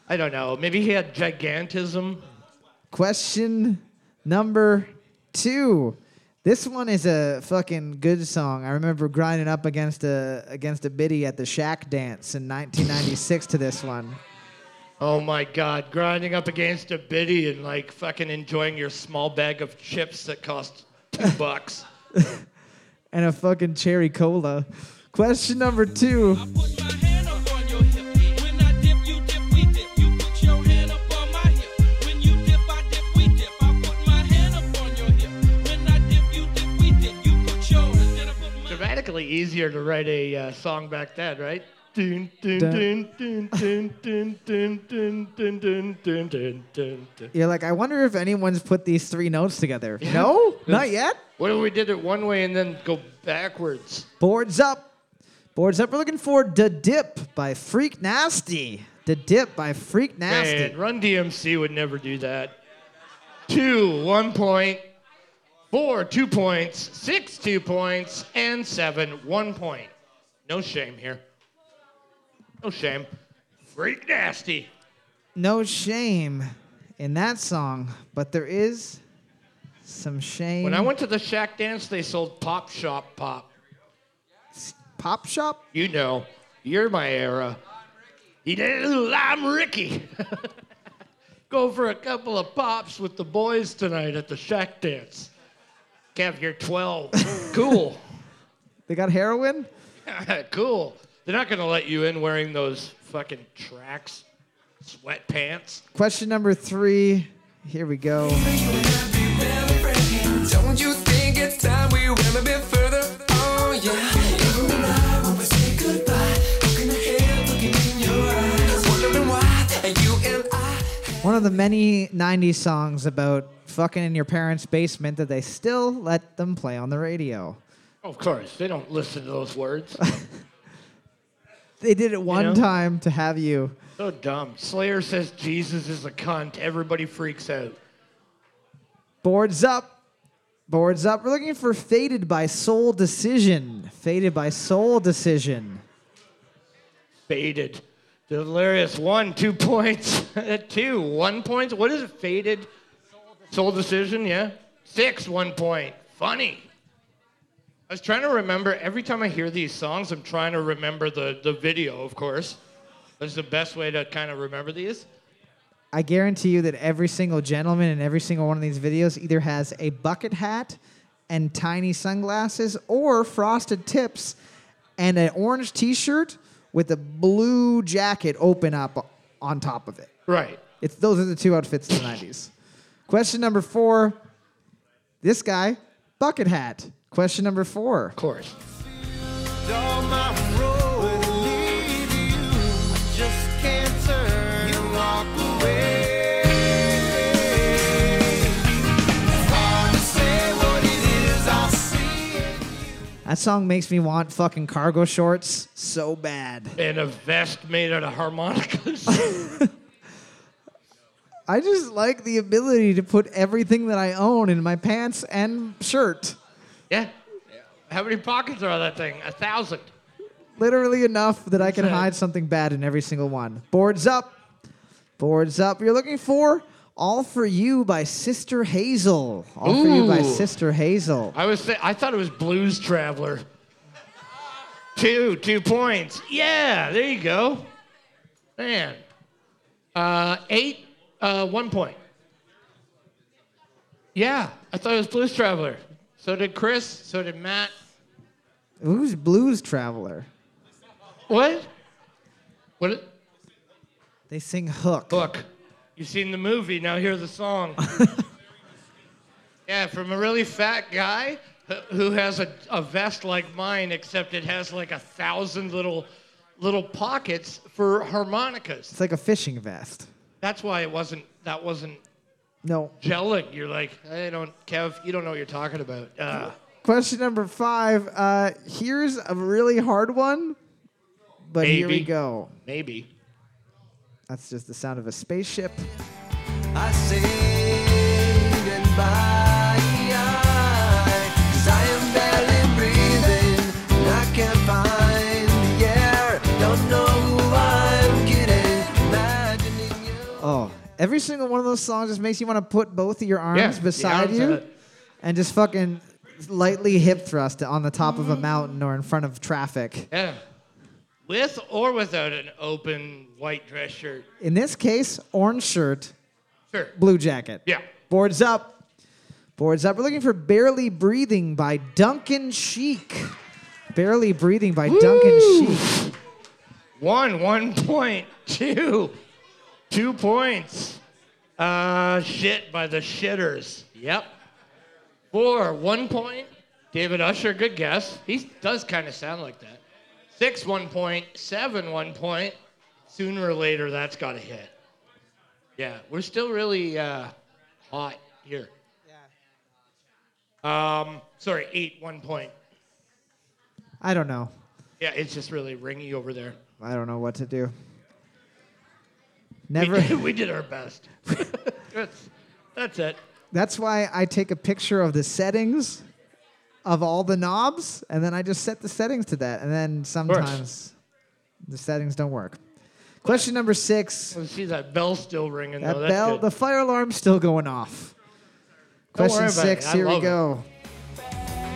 I don't know, maybe he had gigantism. Question number two. This one is a fucking good song. I remember grinding up against a against a biddy at the Shack dance in 1996 to this one. Oh my God, grinding up against a biddy and like fucking enjoying your small bag of chips that cost two bucks. and a fucking cherry cola. Question number two. Put my hand up on your hip. When I dip, you dip, we dip. You put your hand up on my hip. When you dip, I dip, we dip. I put my hand up on your hip. When I dip, you dip, we dip. You put yours, then I put mine. Dramatically easier to write a uh, song back then, right? Dun, dun, dun, dun, dun, dun, dun, dun, dun, dun, dun, dun, dun, dun. You're like, I wonder if anyone's put these three notes together. No, not yet. What if we did it one way and then go backwards? Boards up. Boards up. We're looking for Da Dip by Freak Nasty. Da Dip by Freak Nasty. Man, Run DMC would never do that. Two, one point. Four, two points. Six, two points. And seven, one point. No shame here. No shame. Freak nasty. No shame in that song, but there is some shame. When I went to the Shack Dance, they sold Pop Shop Pop. Pop Shop? You know, you're my era. He did, ooh, I'm Ricky. Go for a couple of pops with the boys tonight at the shack dance. Kev, you're 12. cool. They got heroin? cool. They're not going to let you in wearing those fucking tracks, sweatpants. Question number three. Here we go. Don't you think it's time we went a bit further? Oh yeah. You and I, when we say goodbye, looking ahead, looking in your eyes, wondering why. And you and I. One of the many 90s songs about fucking in your parents' basement that they still let them play on the radio. Of course, they don't listen to those words. They did it one know? time to have you. so dumb. Slayer says Jesus is a cunt. Everybody freaks out. Boards up. Boards up. We're looking for Faded by Soul Decision. Faded by Soul Decision. Faded. Delirious. One, two points. two, one point. What is it? Faded. Soul decision, yeah. Six, one point. Funny. I was trying to remember, every time I hear these songs, I'm trying to remember the, the video, of course. That's the best way to kind of remember these. I guarantee you that every single gentleman in every single one of these videos either has a bucket hat and tiny sunglasses or frosted tips and an orange t shirt with a blue jacket open up on top of it. Right. It's those are the two outfits in the 90s. Question number four. This guy, bucket hat. Question number four. Of course. Down my road and leave you. I just can't turn and walk away. Hard to say what it is I see in That song makes me want fucking cargo shorts so bad. And a vest made out of harmonicas. I just like the ability to put everything that I own in my pants and shirt. yeah. How many pockets are on that thing? A thousand. Literally enough that I can That's it. hide something bad in every single one. Boards up. Boards up. You're looking for All For You by Sister Hazel. All For You by Ooh. Sister Hazel. I was th- I thought it was Blues Traveler. Two, two points. Yeah, there you go. Man. Uh, eight, uh, one point. Yeah, I thought it was Blues Traveler. So did Chris, so did Matt. Who's Blues Traveler? What? What? They sing Hook. Look, you've seen the movie, now hear the song. yeah, from a really fat guy who- who has a, a vest like mine, except it has like a thousand little little pockets for harmonicas. It's like a fishing vest. That's why it wasn't that wasn't No. gelling. You're like, I don't, Kev, you don't know what you're talking about. Uh, Question number five. Uh, here's a really hard one, but here we Maybe. go. maybe. That's just the sound of a spaceship. I say goodbye, 'cause I am barely breathing and I can't find the air. Don't know who I'm kidding. Imagining you. Oh, every single one of those songs just makes you want to put both of your arms Yeah, the beside arms you out. and just fucking lightly hip thrust on the top of a mountain or in front of traffic. Yeah. With or without an open white dress shirt. In this case, orange shirt, Sure. blue jacket. Yeah. Boards up. Boards up. We're looking for Barely Breathing by Duncan Sheik. Barely Breathing by Duncan Sheik. One, one point, two, two points. Uh, shit by the shitters. Yep. Four, one point. David Usher, good guess. He does kind of sound like that. six one point, seven one point. Sooner or later, that's got to hit. Yeah, we're still really uh, hot here. Yeah. Um, sorry, eight one point. I don't know. Yeah, it's just really ringy over there. I don't know what to do. We Never. did, we did our best. that's, that's it. That's why I take a picture of the settings of all the knobs, and then I just set the settings to that. And then sometimes the settings don't work. Question number six. Let's see that bell still ringing. That though. Oh, That's bell, good. the fire alarm's still going off. Don't Question worry about it. six. I Here we love it. go.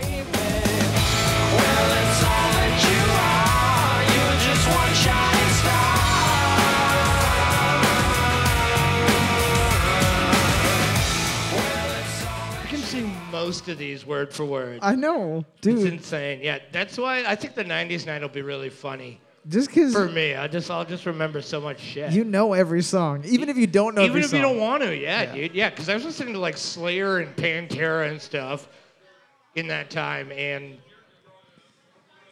I can see most of these word for word. I know, It's dude. insane. Yeah, that's why I think the '90s night will be really funny Just for because me. I just I'll just remember so much shit. you know every song, even if you don't know Even every if song. you don't want to, yeah, dude. Yeah, because I was listening to like Slayer and Pantera and stuff in that time, and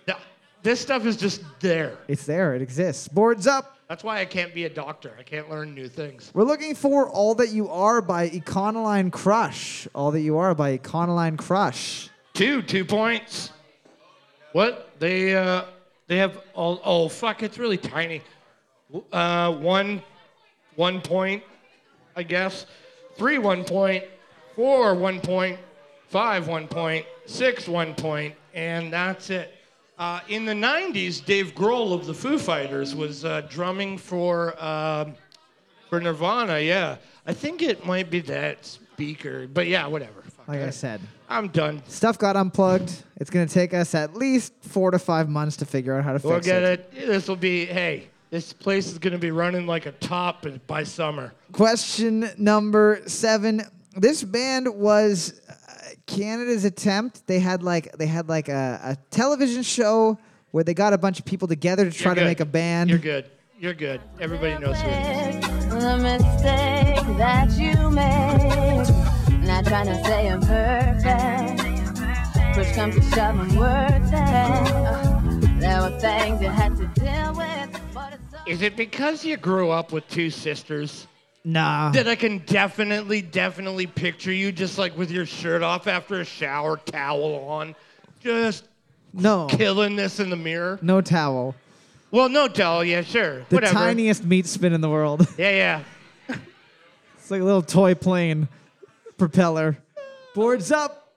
th- this stuff is just there. It's there. It exists. Boards up. That's why I can't be a doctor. I can't learn new things. We're looking for All That You Are by Econoline Crush. All That You Are by Econoline Crush. Two, two points. What they uh, they have all? Oh fuck! It's really tiny. W- Uh, one, one point, I guess. Three, one point. Four, one point. Five, one point. Six, one point. And that's it. Uh, in the '90s, Dave Grohl of the Foo Fighters was uh, drumming for um for Nirvana. Yeah, I think it might be that speaker, but yeah, whatever. Fuck Like I it. said, I'm done. stuff got unplugged. It's going to take us at least four to five months to figure out how to We'll fix get it. it. This will be, hey, this place is going to be running like a top by summer. Question number seven. This band was uh, Canada's attempt. They had like they had like a, a television show where they got a bunch of people together to try You're to good. make a band. You're good. You're good. Everybody knows who it is. The mistake that you made. Not trying to say I'm perfect. Which comes to shove, I'm worth it. Uh, There were things you had to deal with. But it's all Is it because you grew up with two sisters Nah. that I can definitely, definitely picture you just like with your shirt off after a shower, towel on, just No. killing this in the mirror? No towel. Well, no, doll. Yeah, sure. The Whatever. tiniest meat spin in the world. yeah, yeah. it's like a little toy plane propeller. Boards up.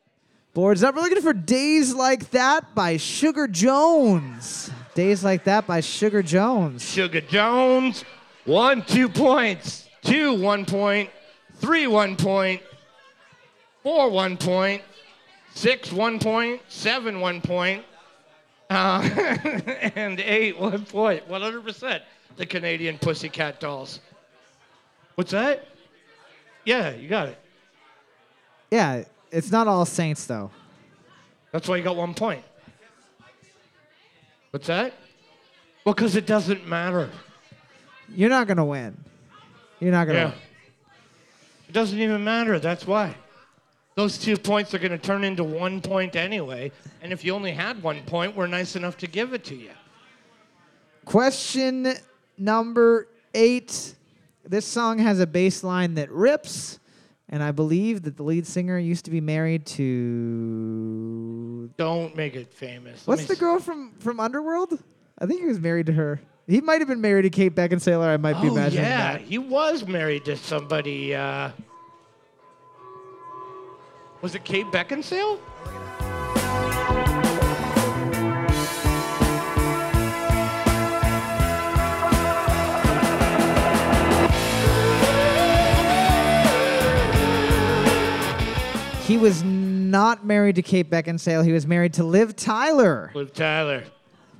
Boards up. We're looking for Days Like That by Sugar Jones. Days Like That by Sugar Jones. Sugar Jones, one, two points, two, one point, three, one point, four, one point, six, one point, seven, one point, uh, and eight, one point. 100% the Canadian Pussycat Dolls. What's that? Yeah, you got it. Yeah, it's not all Saints though. That's why you got one point. What's that? Well, because it doesn't matter. You're not gonna win. You're not gonna. Yeah. It doesn't even matter. That's why. Those two points are going to turn into one point anyway. And if you only had one point, we're nice enough to give it to you. Question number eight. This song has a bass line that rips, and I believe that the lead singer used to be married to. Don't make it famous. Let What's me the s- girl from from Underworld? I think he was married to her. He might have been married to Kate Beckinsale. Or I might be Oh, imagining yeah. that. He was married to somebody. Uh... Was it Kate Beckinsale? He was not married to Kate Beckinsale. He was married to Liv Tyler. Liv Tyler.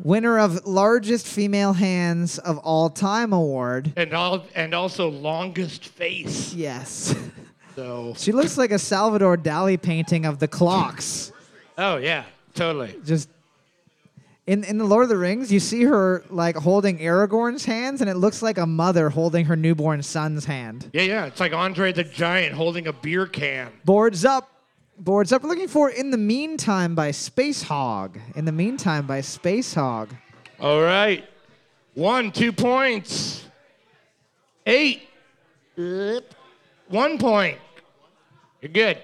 winner of largest female hands of all time award. And, all, and also longest face. Yes. So. She looks like a Salvador Dali painting of the clocks. Oh, yeah. Totally. Just in in the Lord of the Rings, you see her like holding Aragorn's hands and it looks like a mother holding her newborn son's hand. Yeah, yeah. It's like Andre the Giant holding a beer can. Boards up. Boards up. We're looking for In the Meantime by Space Hog. In the Meantime by Space Hog. All right. One, two points. Eight. Yep. One point. You're good.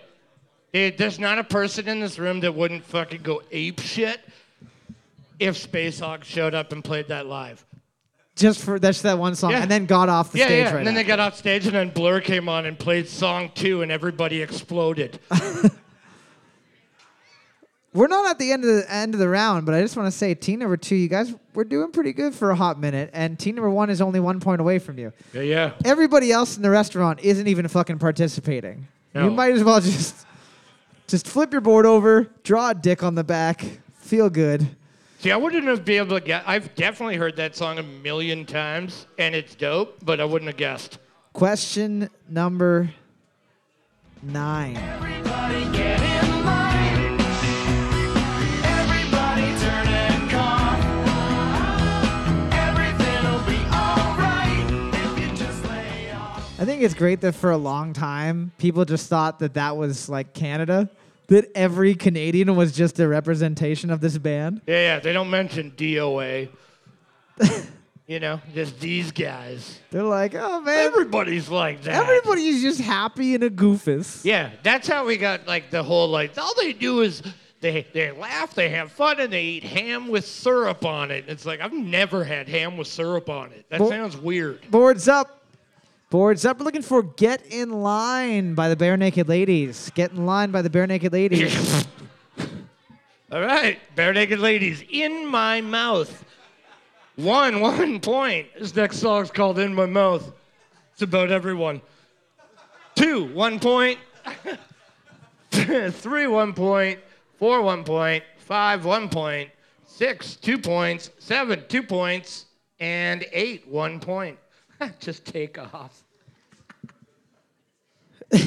Dude, there's not a person in this room that wouldn't fucking go ape shit if Space Hawk showed up and played that live. Just for that's that one song, Yeah. and then got off the yeah, stage yeah. right and then they after. got off stage, and then Blur came on and played song two, and everybody exploded. We're not at the end of the end of the round, but I just want to say, team number two, you guys we're doing pretty good for a hot minute, and team number one is only one point away from you. yeah, yeah. Everybody else in the restaurant isn't even fucking participating. No. You might as well just just flip your board over, draw a dick on the back, feel good. See, I wouldn't have been able to get. I've definitely heard that song a million times, and it's dope, but I wouldn't have guessed. Question number nine. I think it's great that for a long time, people just thought that that was like Canada, that every Canadian was just a representation of this band. Yeah, yeah. They don't mention DOA. you know, just these guys. They're like, oh man, Everybody's like that. everybody's just happy and a goofus. Yeah, that's how we got like the whole like. All they do is they they laugh, they have fun, and they eat ham with syrup on it. It's like I've never had ham with syrup on it. That Well- sounds weird. Boards up. Boards up. We're looking for Get in Line by the Bare Naked Ladies. Get in Line by the Bare Naked Ladies. All right, bare naked ladies in my mouth. One one point. This next song's called "In My Mouth." It's about everyone. Two one point. Three one point. Four one point. Five one point. Six two points. Seven two points. And eight one point. Just take off. Bare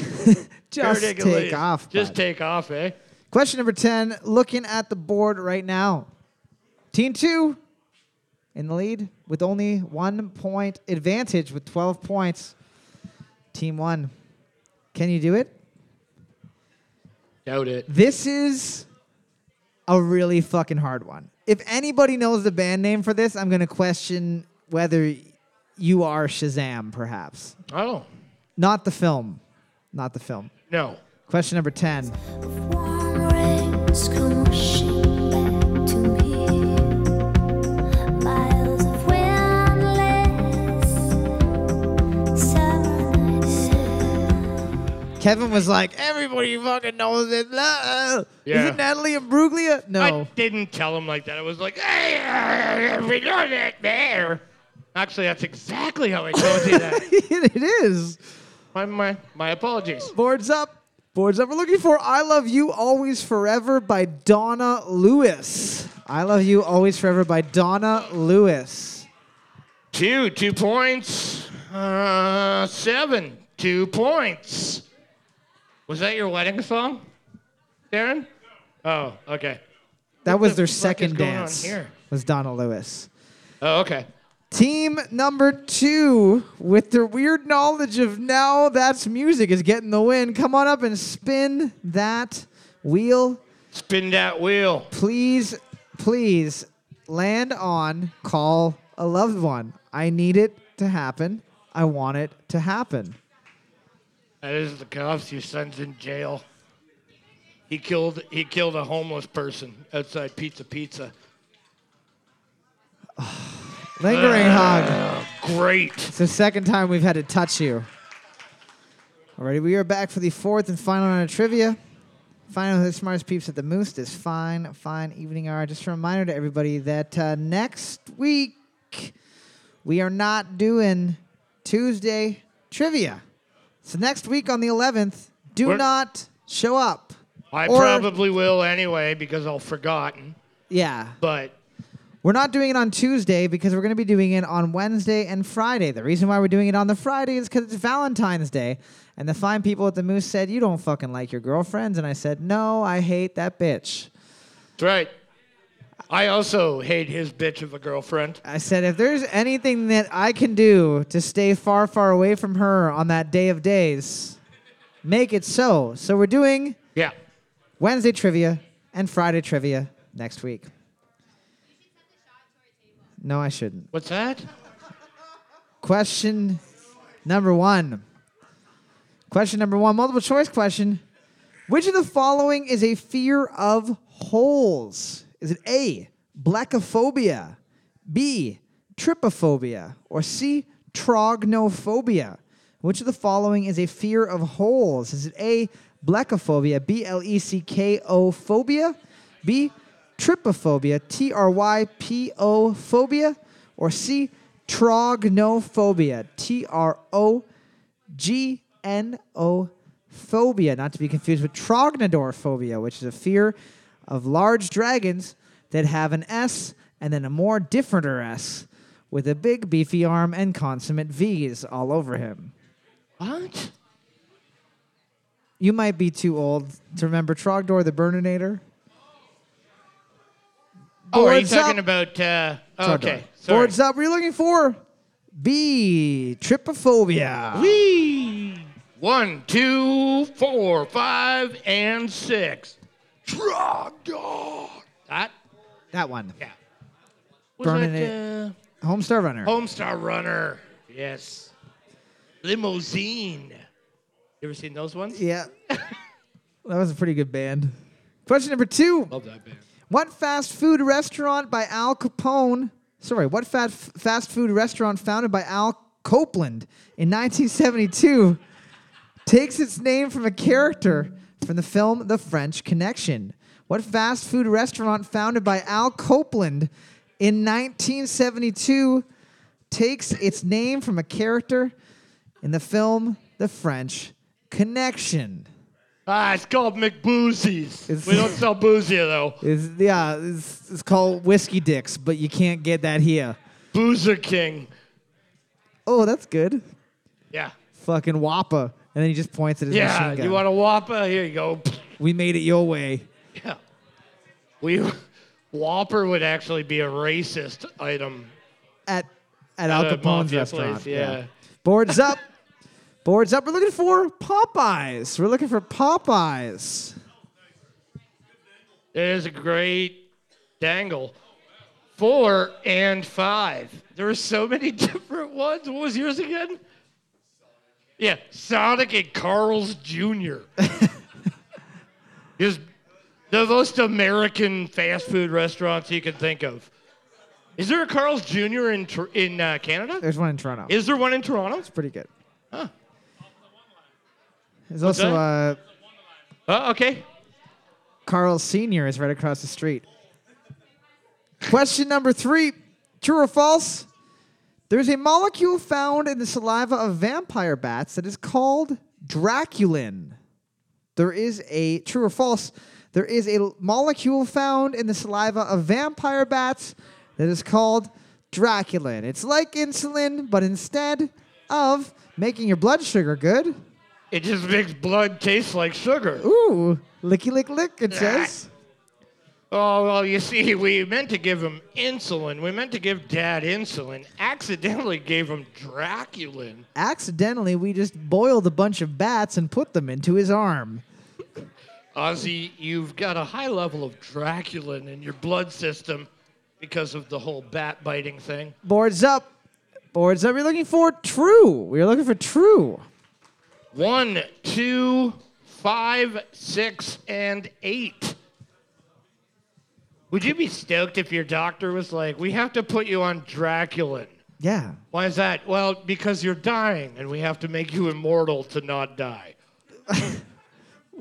Just Naked take Ladies. off. Just bud. take off, eh? Question number 10. Looking at the board right now. Team two in the lead with only one point advantage with 12 points. Team one. Can you do it? Doubt it. This is a really fucking hard one. If anybody knows the band name for this, I'm going to question whether you are Shazam, perhaps. Oh Not the film. Not the film. no. Question number 10. Kevin was like, everybody fucking knows it. Uh, Is Yeah. it Natalie and Bruglia? No. I didn't tell him like that. I was like, hey, uh, we know that there. Actually, that's exactly how I told you that. it is. my, my, my apologies. Boards up. Boards up. We're looking for I Love You Always Forever by Donna Lewis. I Love You Always Forever by Donna Lewis. Two, two points. Uh, seven, two points. Was that your wedding song, Darren? Oh, okay. That was the their fuck is second going on dance. here? Was Donna Lewis. Oh, okay. Team number two, with their weird knowledge of now that's music, is getting the win. Come on up and spin that wheel. Spin that wheel. Please, please land on call a loved one. I need it to happen. I want it to happen. That is the cops. Your son's in jail. He killed. He killed a homeless person outside Pizza Pizza. Lingering hug. Great. It's the second time we've had to touch you. Alrighty, we are back for the fourth and final round of trivia. Final the smartest peeps at the Moose. This fine, fine evening hour. Just a reminder to everybody that uh, next week we are not doing Tuesday trivia. So next week on the 11th, do We're- not show up. I Or- probably will anyway because I'll forgotten. Yeah, But We're not doing it on Tuesday because we're going to be doing it on Wednesday and Friday. The reason why we're doing it on the Friday is because it's Valentine's Day. And the fine people at the Moose said, You don't fucking like your girlfriends. And I said, No, I hate that bitch. that's right. I also hate his bitch of a girlfriend. I said, If there's anything that I can do to stay far, far away from her on that day of days, make it so. So we're doing Yeah. Wednesday trivia and Friday trivia next week. No, I shouldn't. What's that? Question number one. Question number one, multiple choice question. Which of the following is a fear of holes? Is it A, blackophobia, B, trypophobia, or C, trognophobia? Which of the following is a fear of holes? Is it A, blackophobia, B L E C K O phobia, B, trypophobia, T R Y P O phobia, or C, trognophobia, T R O G N O phobia, not to be confused with trognodor phobia, which is a fear of large dragons that have an S and then a more differenter S with a big beefy arm and consummate V's all over him. What? You might be too old to remember Trogdor the Burninator. Oh, are you Boards up. talking about? Uh, oh, Trogdor. okay. Sorry. Boards up. What are you looking for? B. Trypophobia. Whee! One, two, four, five, and six. Trogdor. That? That one. Yeah. Was Burning that, it. Homestar Runner. Uh, Homestar Runner. Yes. Limousine. You ever seen those ones? Yeah. that was a pretty good band. Question number two. Love that band. What fast food restaurant by Al Capone? Sorry, what fat, fast food restaurant founded by Al Copeland in 1972 takes its name from a character from the film The French Connection? What fast food restaurant founded by Al Copeland in 1972 takes its name from a character in the film The French Connection? Ah, it's called McBoozy's. It's- we don't sell booze here, though. Is yeah, it's, it's called whiskey dicks, but you can't get that here. Boozer King. Oh, that's good. Yeah. Fucking Wappa. And then he just points at his Yeah. machine gun. You want a Whopper? Here you go. we made it your way. Yeah. We, Whopper would actually be a racist item. At at Al At a Capone's mafia restaurant. place, yeah. Boards up. Boards up. We're looking for Popeyes. We're looking for Popeyes. There's a great dangle. Four and five. There were so many different ones. What was yours again? Yeah, Sonic and Carl's Jr. Just the most American fast food restaurants you can think of. Is there a Carl's Jr. in Tor- in uh, Canada? There's one in Toronto. Is there one in Toronto? it's pretty good. Huh. There's also uh, Uh, okay. Carl Sr. is right across the street. Question number three True or false? There's a molecule found in the saliva of vampire bats that is called draculin. There is a, true or false, there is a l- molecule found in the saliva of vampire bats that is called draculin. It's like insulin, but instead of making your blood sugar good, It just makes blood taste like sugar. ooh, licky lick lick, it says. Oh, well, you see, we meant to give him insulin. We meant to give dad insulin. Accidentally gave him Draculin. accidentally we just boiled a bunch of bats and put them into his arm. Ozzy, you've got a high level of Draculin in your blood system because of the whole bat biting thing. Boards up. Boards up. We're looking for true. We're looking for true. One, two, five, six, and eight. Would you be stoked if your doctor was like, we have to put you on Draculin? Yeah. Why is that? Well, because you're dying, and we have to make you immortal to not die.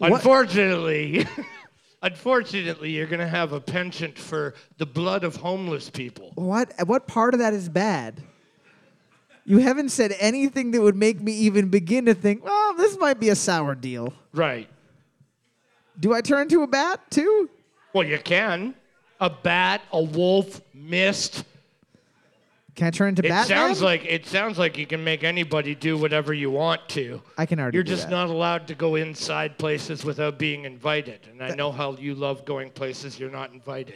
unfortunately, unfortunately, you're going to have a penchant for the blood of homeless people. What what part of that is bad? You haven't said anything that would make me even begin to think, well, this might be a sour deal. Right. Do I turn into a bat too? Well, you can. A bat, a wolf, mist. Can I turn into It Batman? sounds like it sounds like you can make anybody do whatever you want to. I can already You're do just that. not allowed to go inside places without being invited. And I know how you love going places you're not invited,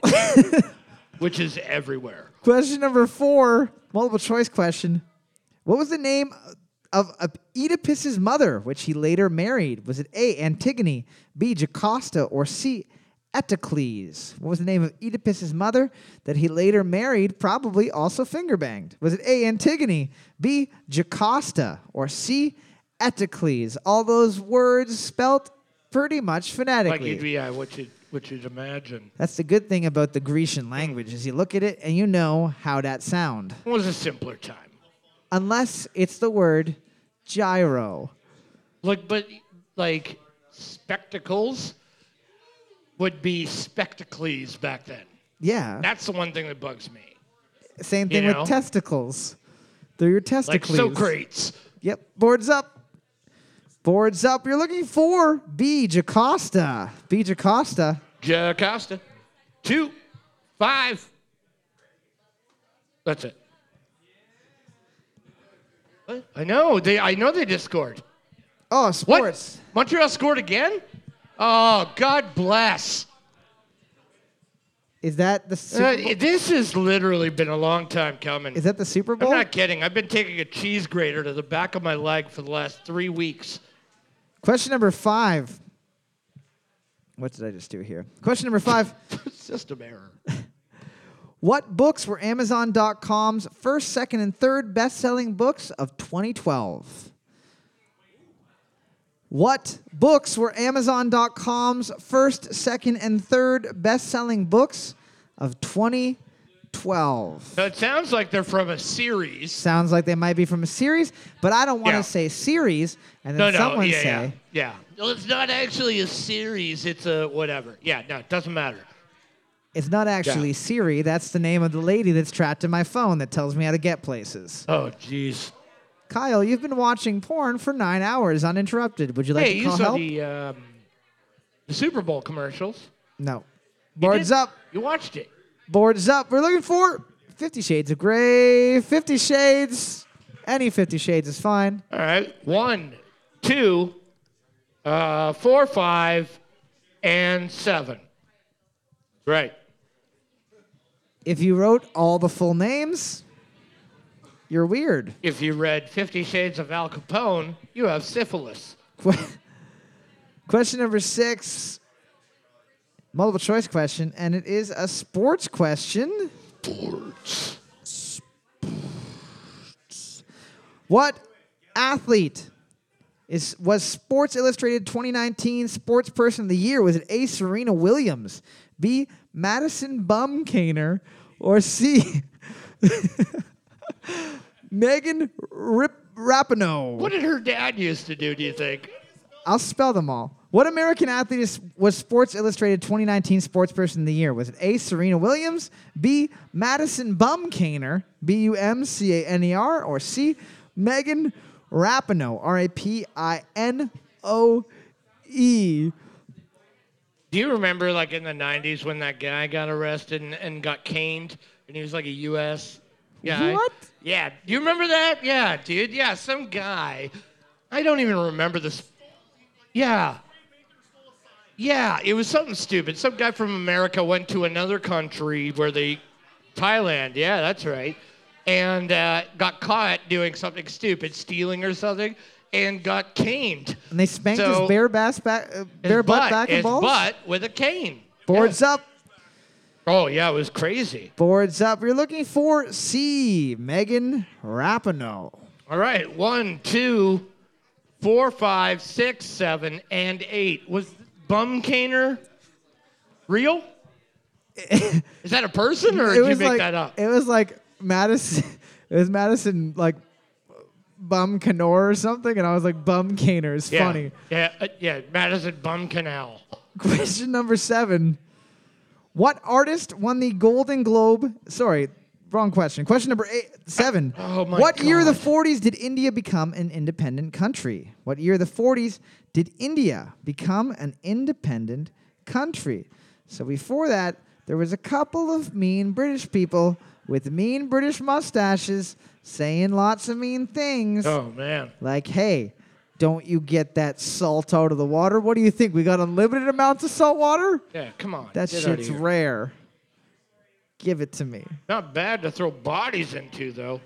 which is everywhere. Question number four, multiple choice question. What was the name of of Oedipus's mother, which he later married? Was it A. Antigone, B. Jocasta, or C. Eteocles. What was the name of Oedipus's mother that he later married, probably also finger banged? Was it A. Antigone, B. Jocasta, or C. Eteocles? All those words spelt pretty much Like phonetically. you'd be, yeah, what you'd, what you'd imagine. That's the good thing about the Grecian language is you look at it and you know how that sound. It was a simpler time. Unless it's the word gyro. Like, but like spectacles would be spectacles back then. Yeah. That's the one thing that bugs me. Same you thing know? with testicles. They're your Like testicles. Socrates. Yep. Boards up. Boards up. You're looking for B. Jacosta. B. Jacosta. Jocasta. Two, five. That's it. What? I know. They. I know they just scored. Oh, What? sports. Montreal scored again? Oh, God bless. Is that the Super Uh, Bowl? this has literally been a long time coming. Is that the Super I'm Bowl? not kidding. I've been taking a cheese grater to the back of my leg for the last three weeks. Question number five. What did I just do here? Question number five. System error. What books were Amazon.com's first, second, and third best selling books of 2012? What books were Amazon.com's first, second, and third best selling books of 2012? So it sounds like they're from a series. Sounds like they might be from a series, but I don't want to Yeah. say series and No, then no, someone yeah, say, yeah, yeah. Well, it's not actually a series. It's a whatever. Yeah, no, it doesn't matter. It's not actually Yeah. Siri. That's the name of the lady that's trapped in my phone that tells me how to get places. Oh, jeez. Kyle, you've been watching porn for nine hours uninterrupted. Would you like Hey, to you call saw help? the um, the Super Bowl commercials. No. You Boards did- up. You watched it. Boards up. We're looking for Fifty Shades of Grey. Fifty Shades. Any Fifty Shades is fine. All right. One, two, uh, four, five, and seven. Right. If you wrote all the full names, you're weird. If you read Fifty Shades of Al Capone, you have syphilis. Que- question number six. Multiple choice question, and it is a sports question. What athlete is was Sports Illustrated 2019 Sports Person of the Year? Was it A. Serena Williams, B. Madison Bumcaner, or C. Megan Rip- Rapinoe? What did her dad used to do? Do you think? I'll spell them all. What American athlete is, was Sports Illustrated 2019 Sports Person of the Year? Was it A. Serena Williams, B. Madison Bumcaner, B U M C A N E R, or C. Megan Rapinoe, R A P I N O E? Do you remember, like in the '90s, when that guy got arrested and, and got caned, and he was like a U.S. guy? What? Yeah. Do you remember that? Yeah, dude. Yeah, some guy. I don't even remember this. Yeah. Yeah, it was something stupid. Some guy from America went to another country where they, Thailand. Yeah, that's right. And uh, got caught doing something stupid, stealing or something, and got caned. And they spanked So- his bare, bass back, uh, His bare butt, butt, back and his balls? butt with a cane. Boards up. Oh yeah, it was crazy. Boards up. You're looking for C. Megan Rapinoe. All right, one, two, four, five, six, seven, and eight. Was Bumcaner real? Is that a person or did you make like, that up? It was like Madison. It was Madison like Bum Canor or something, and I was like Bum Caner is yeah. funny. Yeah, uh, yeah. Madison Bumcanal. Question number seven: What artist won the Golden Globe? Sorry, wrong question. Question number eight, seven. Oh, my what year of the God. 40s did India become an independent country? What year of the 40s did India become an independent country? So before that, there was a couple of mean British people with mean British mustaches saying lots of mean things. Oh man. Like, hey, don't you get that salt out of the water? What do you think? We got unlimited amounts of salt water? Yeah, come on. That Get outta shit's here. rare. Give it to me. Not bad to throw bodies into though.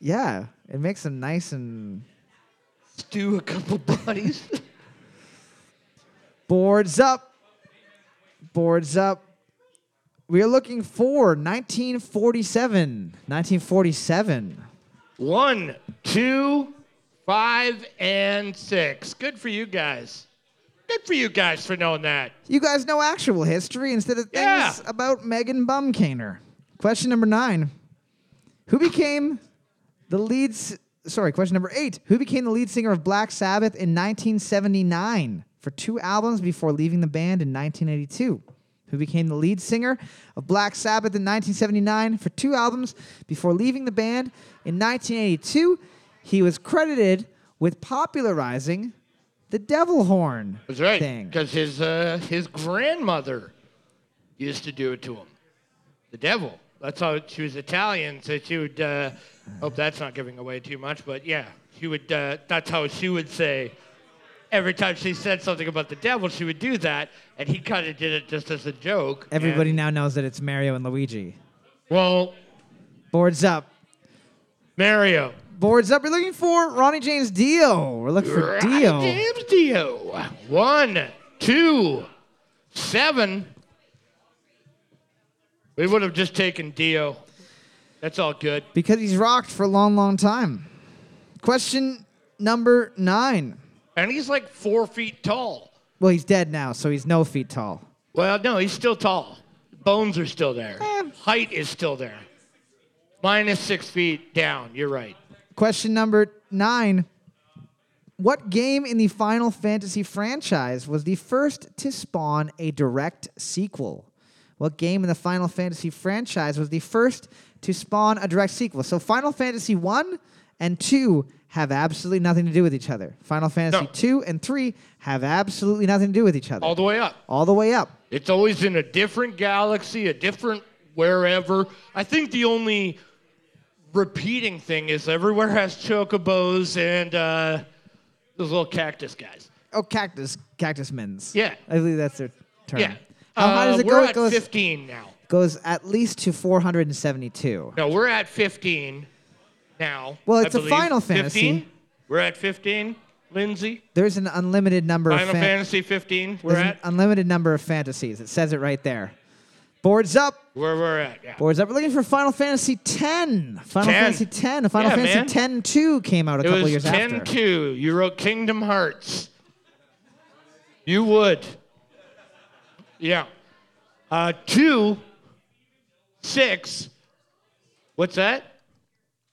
Yeah, it makes them nice and Stew a couple bodies. boards up. boards up. We are looking for 1947. 1947. One, two, five, and six. Good for you guys. Good for you guys for knowing that. You guys know actual history instead of things Yeah. about Megan Bumkaner. Question number nine. Who became the lead s- sorry, question number eight. Who became the lead singer of Black Sabbath in 1979 for two albums before leaving the band in 1982? Who became the lead singer of Black Sabbath in 1979 for two albums before leaving the band in 1982? He was credited with popularizing the devil horn That's right. thing. Because his uh, his grandmother used to do it to him. The devil. That's how she was Italian, so she would. Uh, hope that's not giving away too much, but yeah, she would. Uh, that's how she would say. Every time she said something about the devil, she would do that, and he kind of did it just as a joke. and- Everybody now knows that it's Mario and Luigi. well, Boards up. Mario. Boards up. We're looking for Ronnie James Dio. We're looking for Dio. James Dio. One, two, seven. We would have just taken Dio. That's all good. Because he's rocked for a long, long time. Question number nine. And he's like four feet tall. Well, he's dead now, so he's no feet tall. Well, no, he's still tall. Bones are still there. Eh. Height is still there. Minus six feet down. You're right. Question number nine. What game in the Final Fantasy franchise was the first to spawn a direct sequel? What game in the Final Fantasy franchise was the first to spawn a direct sequel? So Final Fantasy 1 and 2 have absolutely nothing to do with each other. Final Fantasy No. 2 and 3 have absolutely nothing to do with each other. All the way up. All the way up. It's always in a different galaxy, a different wherever. I think the only repeating thing is everywhere has chocobos and uh, those little cactus guys. Oh, cactus cactus men's. Yeah. I believe that's their term. Yeah. How high Uh, does it we're go? at It goes, 15 now. goes at least to 472. No, we're at 15 now. Well, I it's a believe. Final Fantasy. 15? We're at 15, Lindsay. There's an unlimited number Final of fan- Fantasy 15. We're there's at an unlimited number of fantasies. It says it right there. Boards up. where we're at. Yeah. Boards up. We're looking for Final Fantasy X. 10. Final Fantasy X. Final Yeah, Fantasy X two came out a It couple was years 10 after. 2. You wrote Kingdom Hearts. You would. Yeah. Uh, 2, 6. What's that?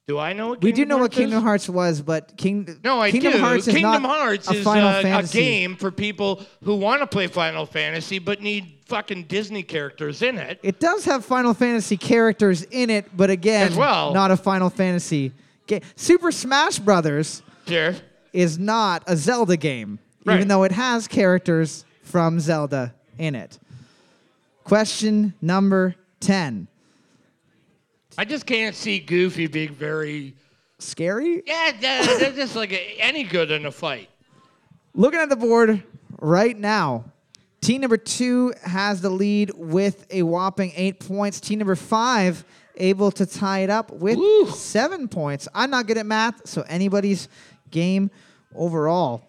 Do I know what We Kingdom do know what Hearts is? Kingdom Hearts was, but King- No, I Kingdom do. Hearts is Kingdom not Hearts a is Final uh, a, Fantasy. game for people who want to play Final Fantasy but need fucking Disney characters in it. It does have Final Fantasy characters in it, but again, As well. not a Final Fantasy game. Super Smash Brothers Sure. is not a Zelda game, Right. even though it has characters from Zelda in it. Question number 10. I just can't see Goofy being very. Scary? Yeah, they're they're just like any good in a fight. Looking at the board right now, team number two has the lead with a whopping eight points. Team number five able to tie it up with Woo. seven points. I'm not good at math, so anybody's game overall.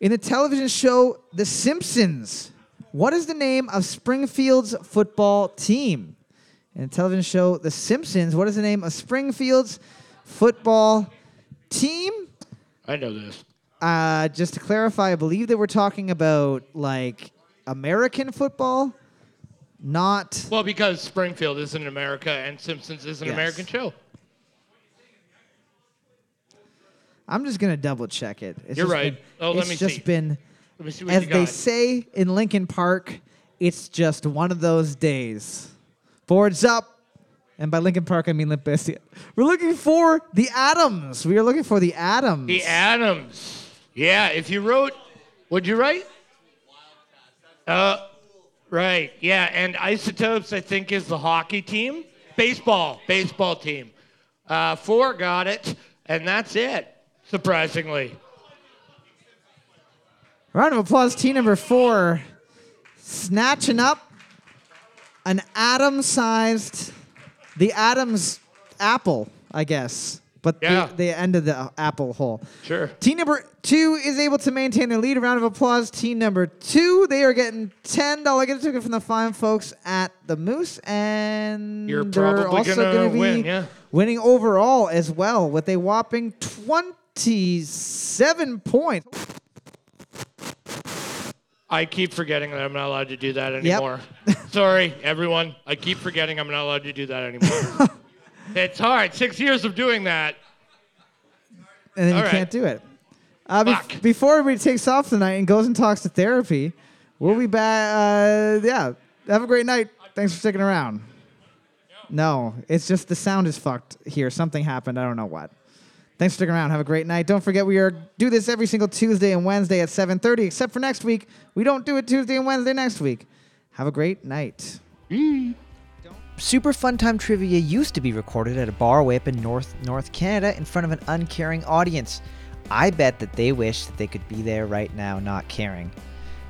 In the television show The Simpsons, what is the name of Springfield's football team? In the television show The Simpsons, what is the name of Springfield's football team? I know this. Uh, just to clarify, I believe that we're talking about like American football, not Well, because Springfield is in America and Simpsons is an Yes. American show. I'm just gonna double check it. It's You're just right. been- Oh, let it's me just see. been, Let me see what as you they got. say in Lincoln Park, it's just one of those days. Boards up, and by Lincoln Park I mean Limp Bizkit. We're looking for the Adams. We are looking for the Adams. the Adams. Yeah, if you wrote, would you write? Uh, right. Yeah, and Isotopes I think is the hockey team, baseball, baseball team. Uh, four got it, and that's it. Surprisingly, Round of applause, team number four, snatching up an atom-sized, the Adam's apple, I guess. but Yeah. the, the end of the uh, apple hole. Sure. Team number two is able to maintain their lead. A round of applause. Team number two, they are getting ten dollar gift ticket from the fine folks at the Moose, and You're they're probably also gonna be win, yeah. winning overall as well with a whopping twenty-seven points. I keep forgetting that I'm not allowed to do that anymore. Sorry, everyone. I keep forgetting I'm not allowed to do that anymore. it's hard. Six years of doing that. and then All you right. can't do it. Uh, bef- Fuck. before everybody takes off tonight and goes and talks to therapy, we'll be back. Uh, yeah, have a great night. Thanks for sticking around. No, it's just the sound is fucked here. Something happened. I don't know what. Thanks for sticking around. Have a great night. Don't forget we are do this every single Tuesday and Wednesday at 7:30. Except for next week, we don't do it Tuesday and Wednesday next week. Have a great night. Super Fun Time Trivia used to be recorded at a bar way up in North North Canada in front of an uncaring audience. I bet that they wish that they could be there right now not caring.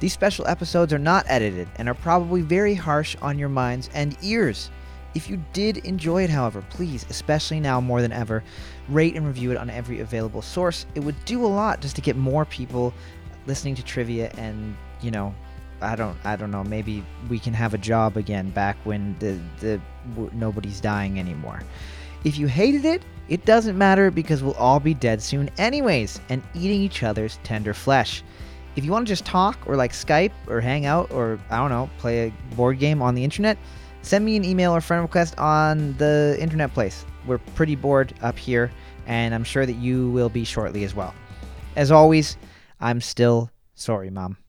These special episodes are not edited and are probably very harsh on your minds and ears. If you did enjoy it, however, please, especially now more than ever, rate and review it on every available source. It would do a lot just to get more people listening to trivia and, you know, I don't I don't know, maybe we can have a job again back when the the w- nobody's dying anymore. If you hated it, it doesn't matter because we'll all be dead soon anyways and eating each other's tender flesh. If you want to just talk or like Skype or hang out or I don't know, play a board game on the internet, send me an email or friend request on the internet place. We're pretty bored up here and I'm sure that you will be shortly as well. As always, I'm still sorry, mom.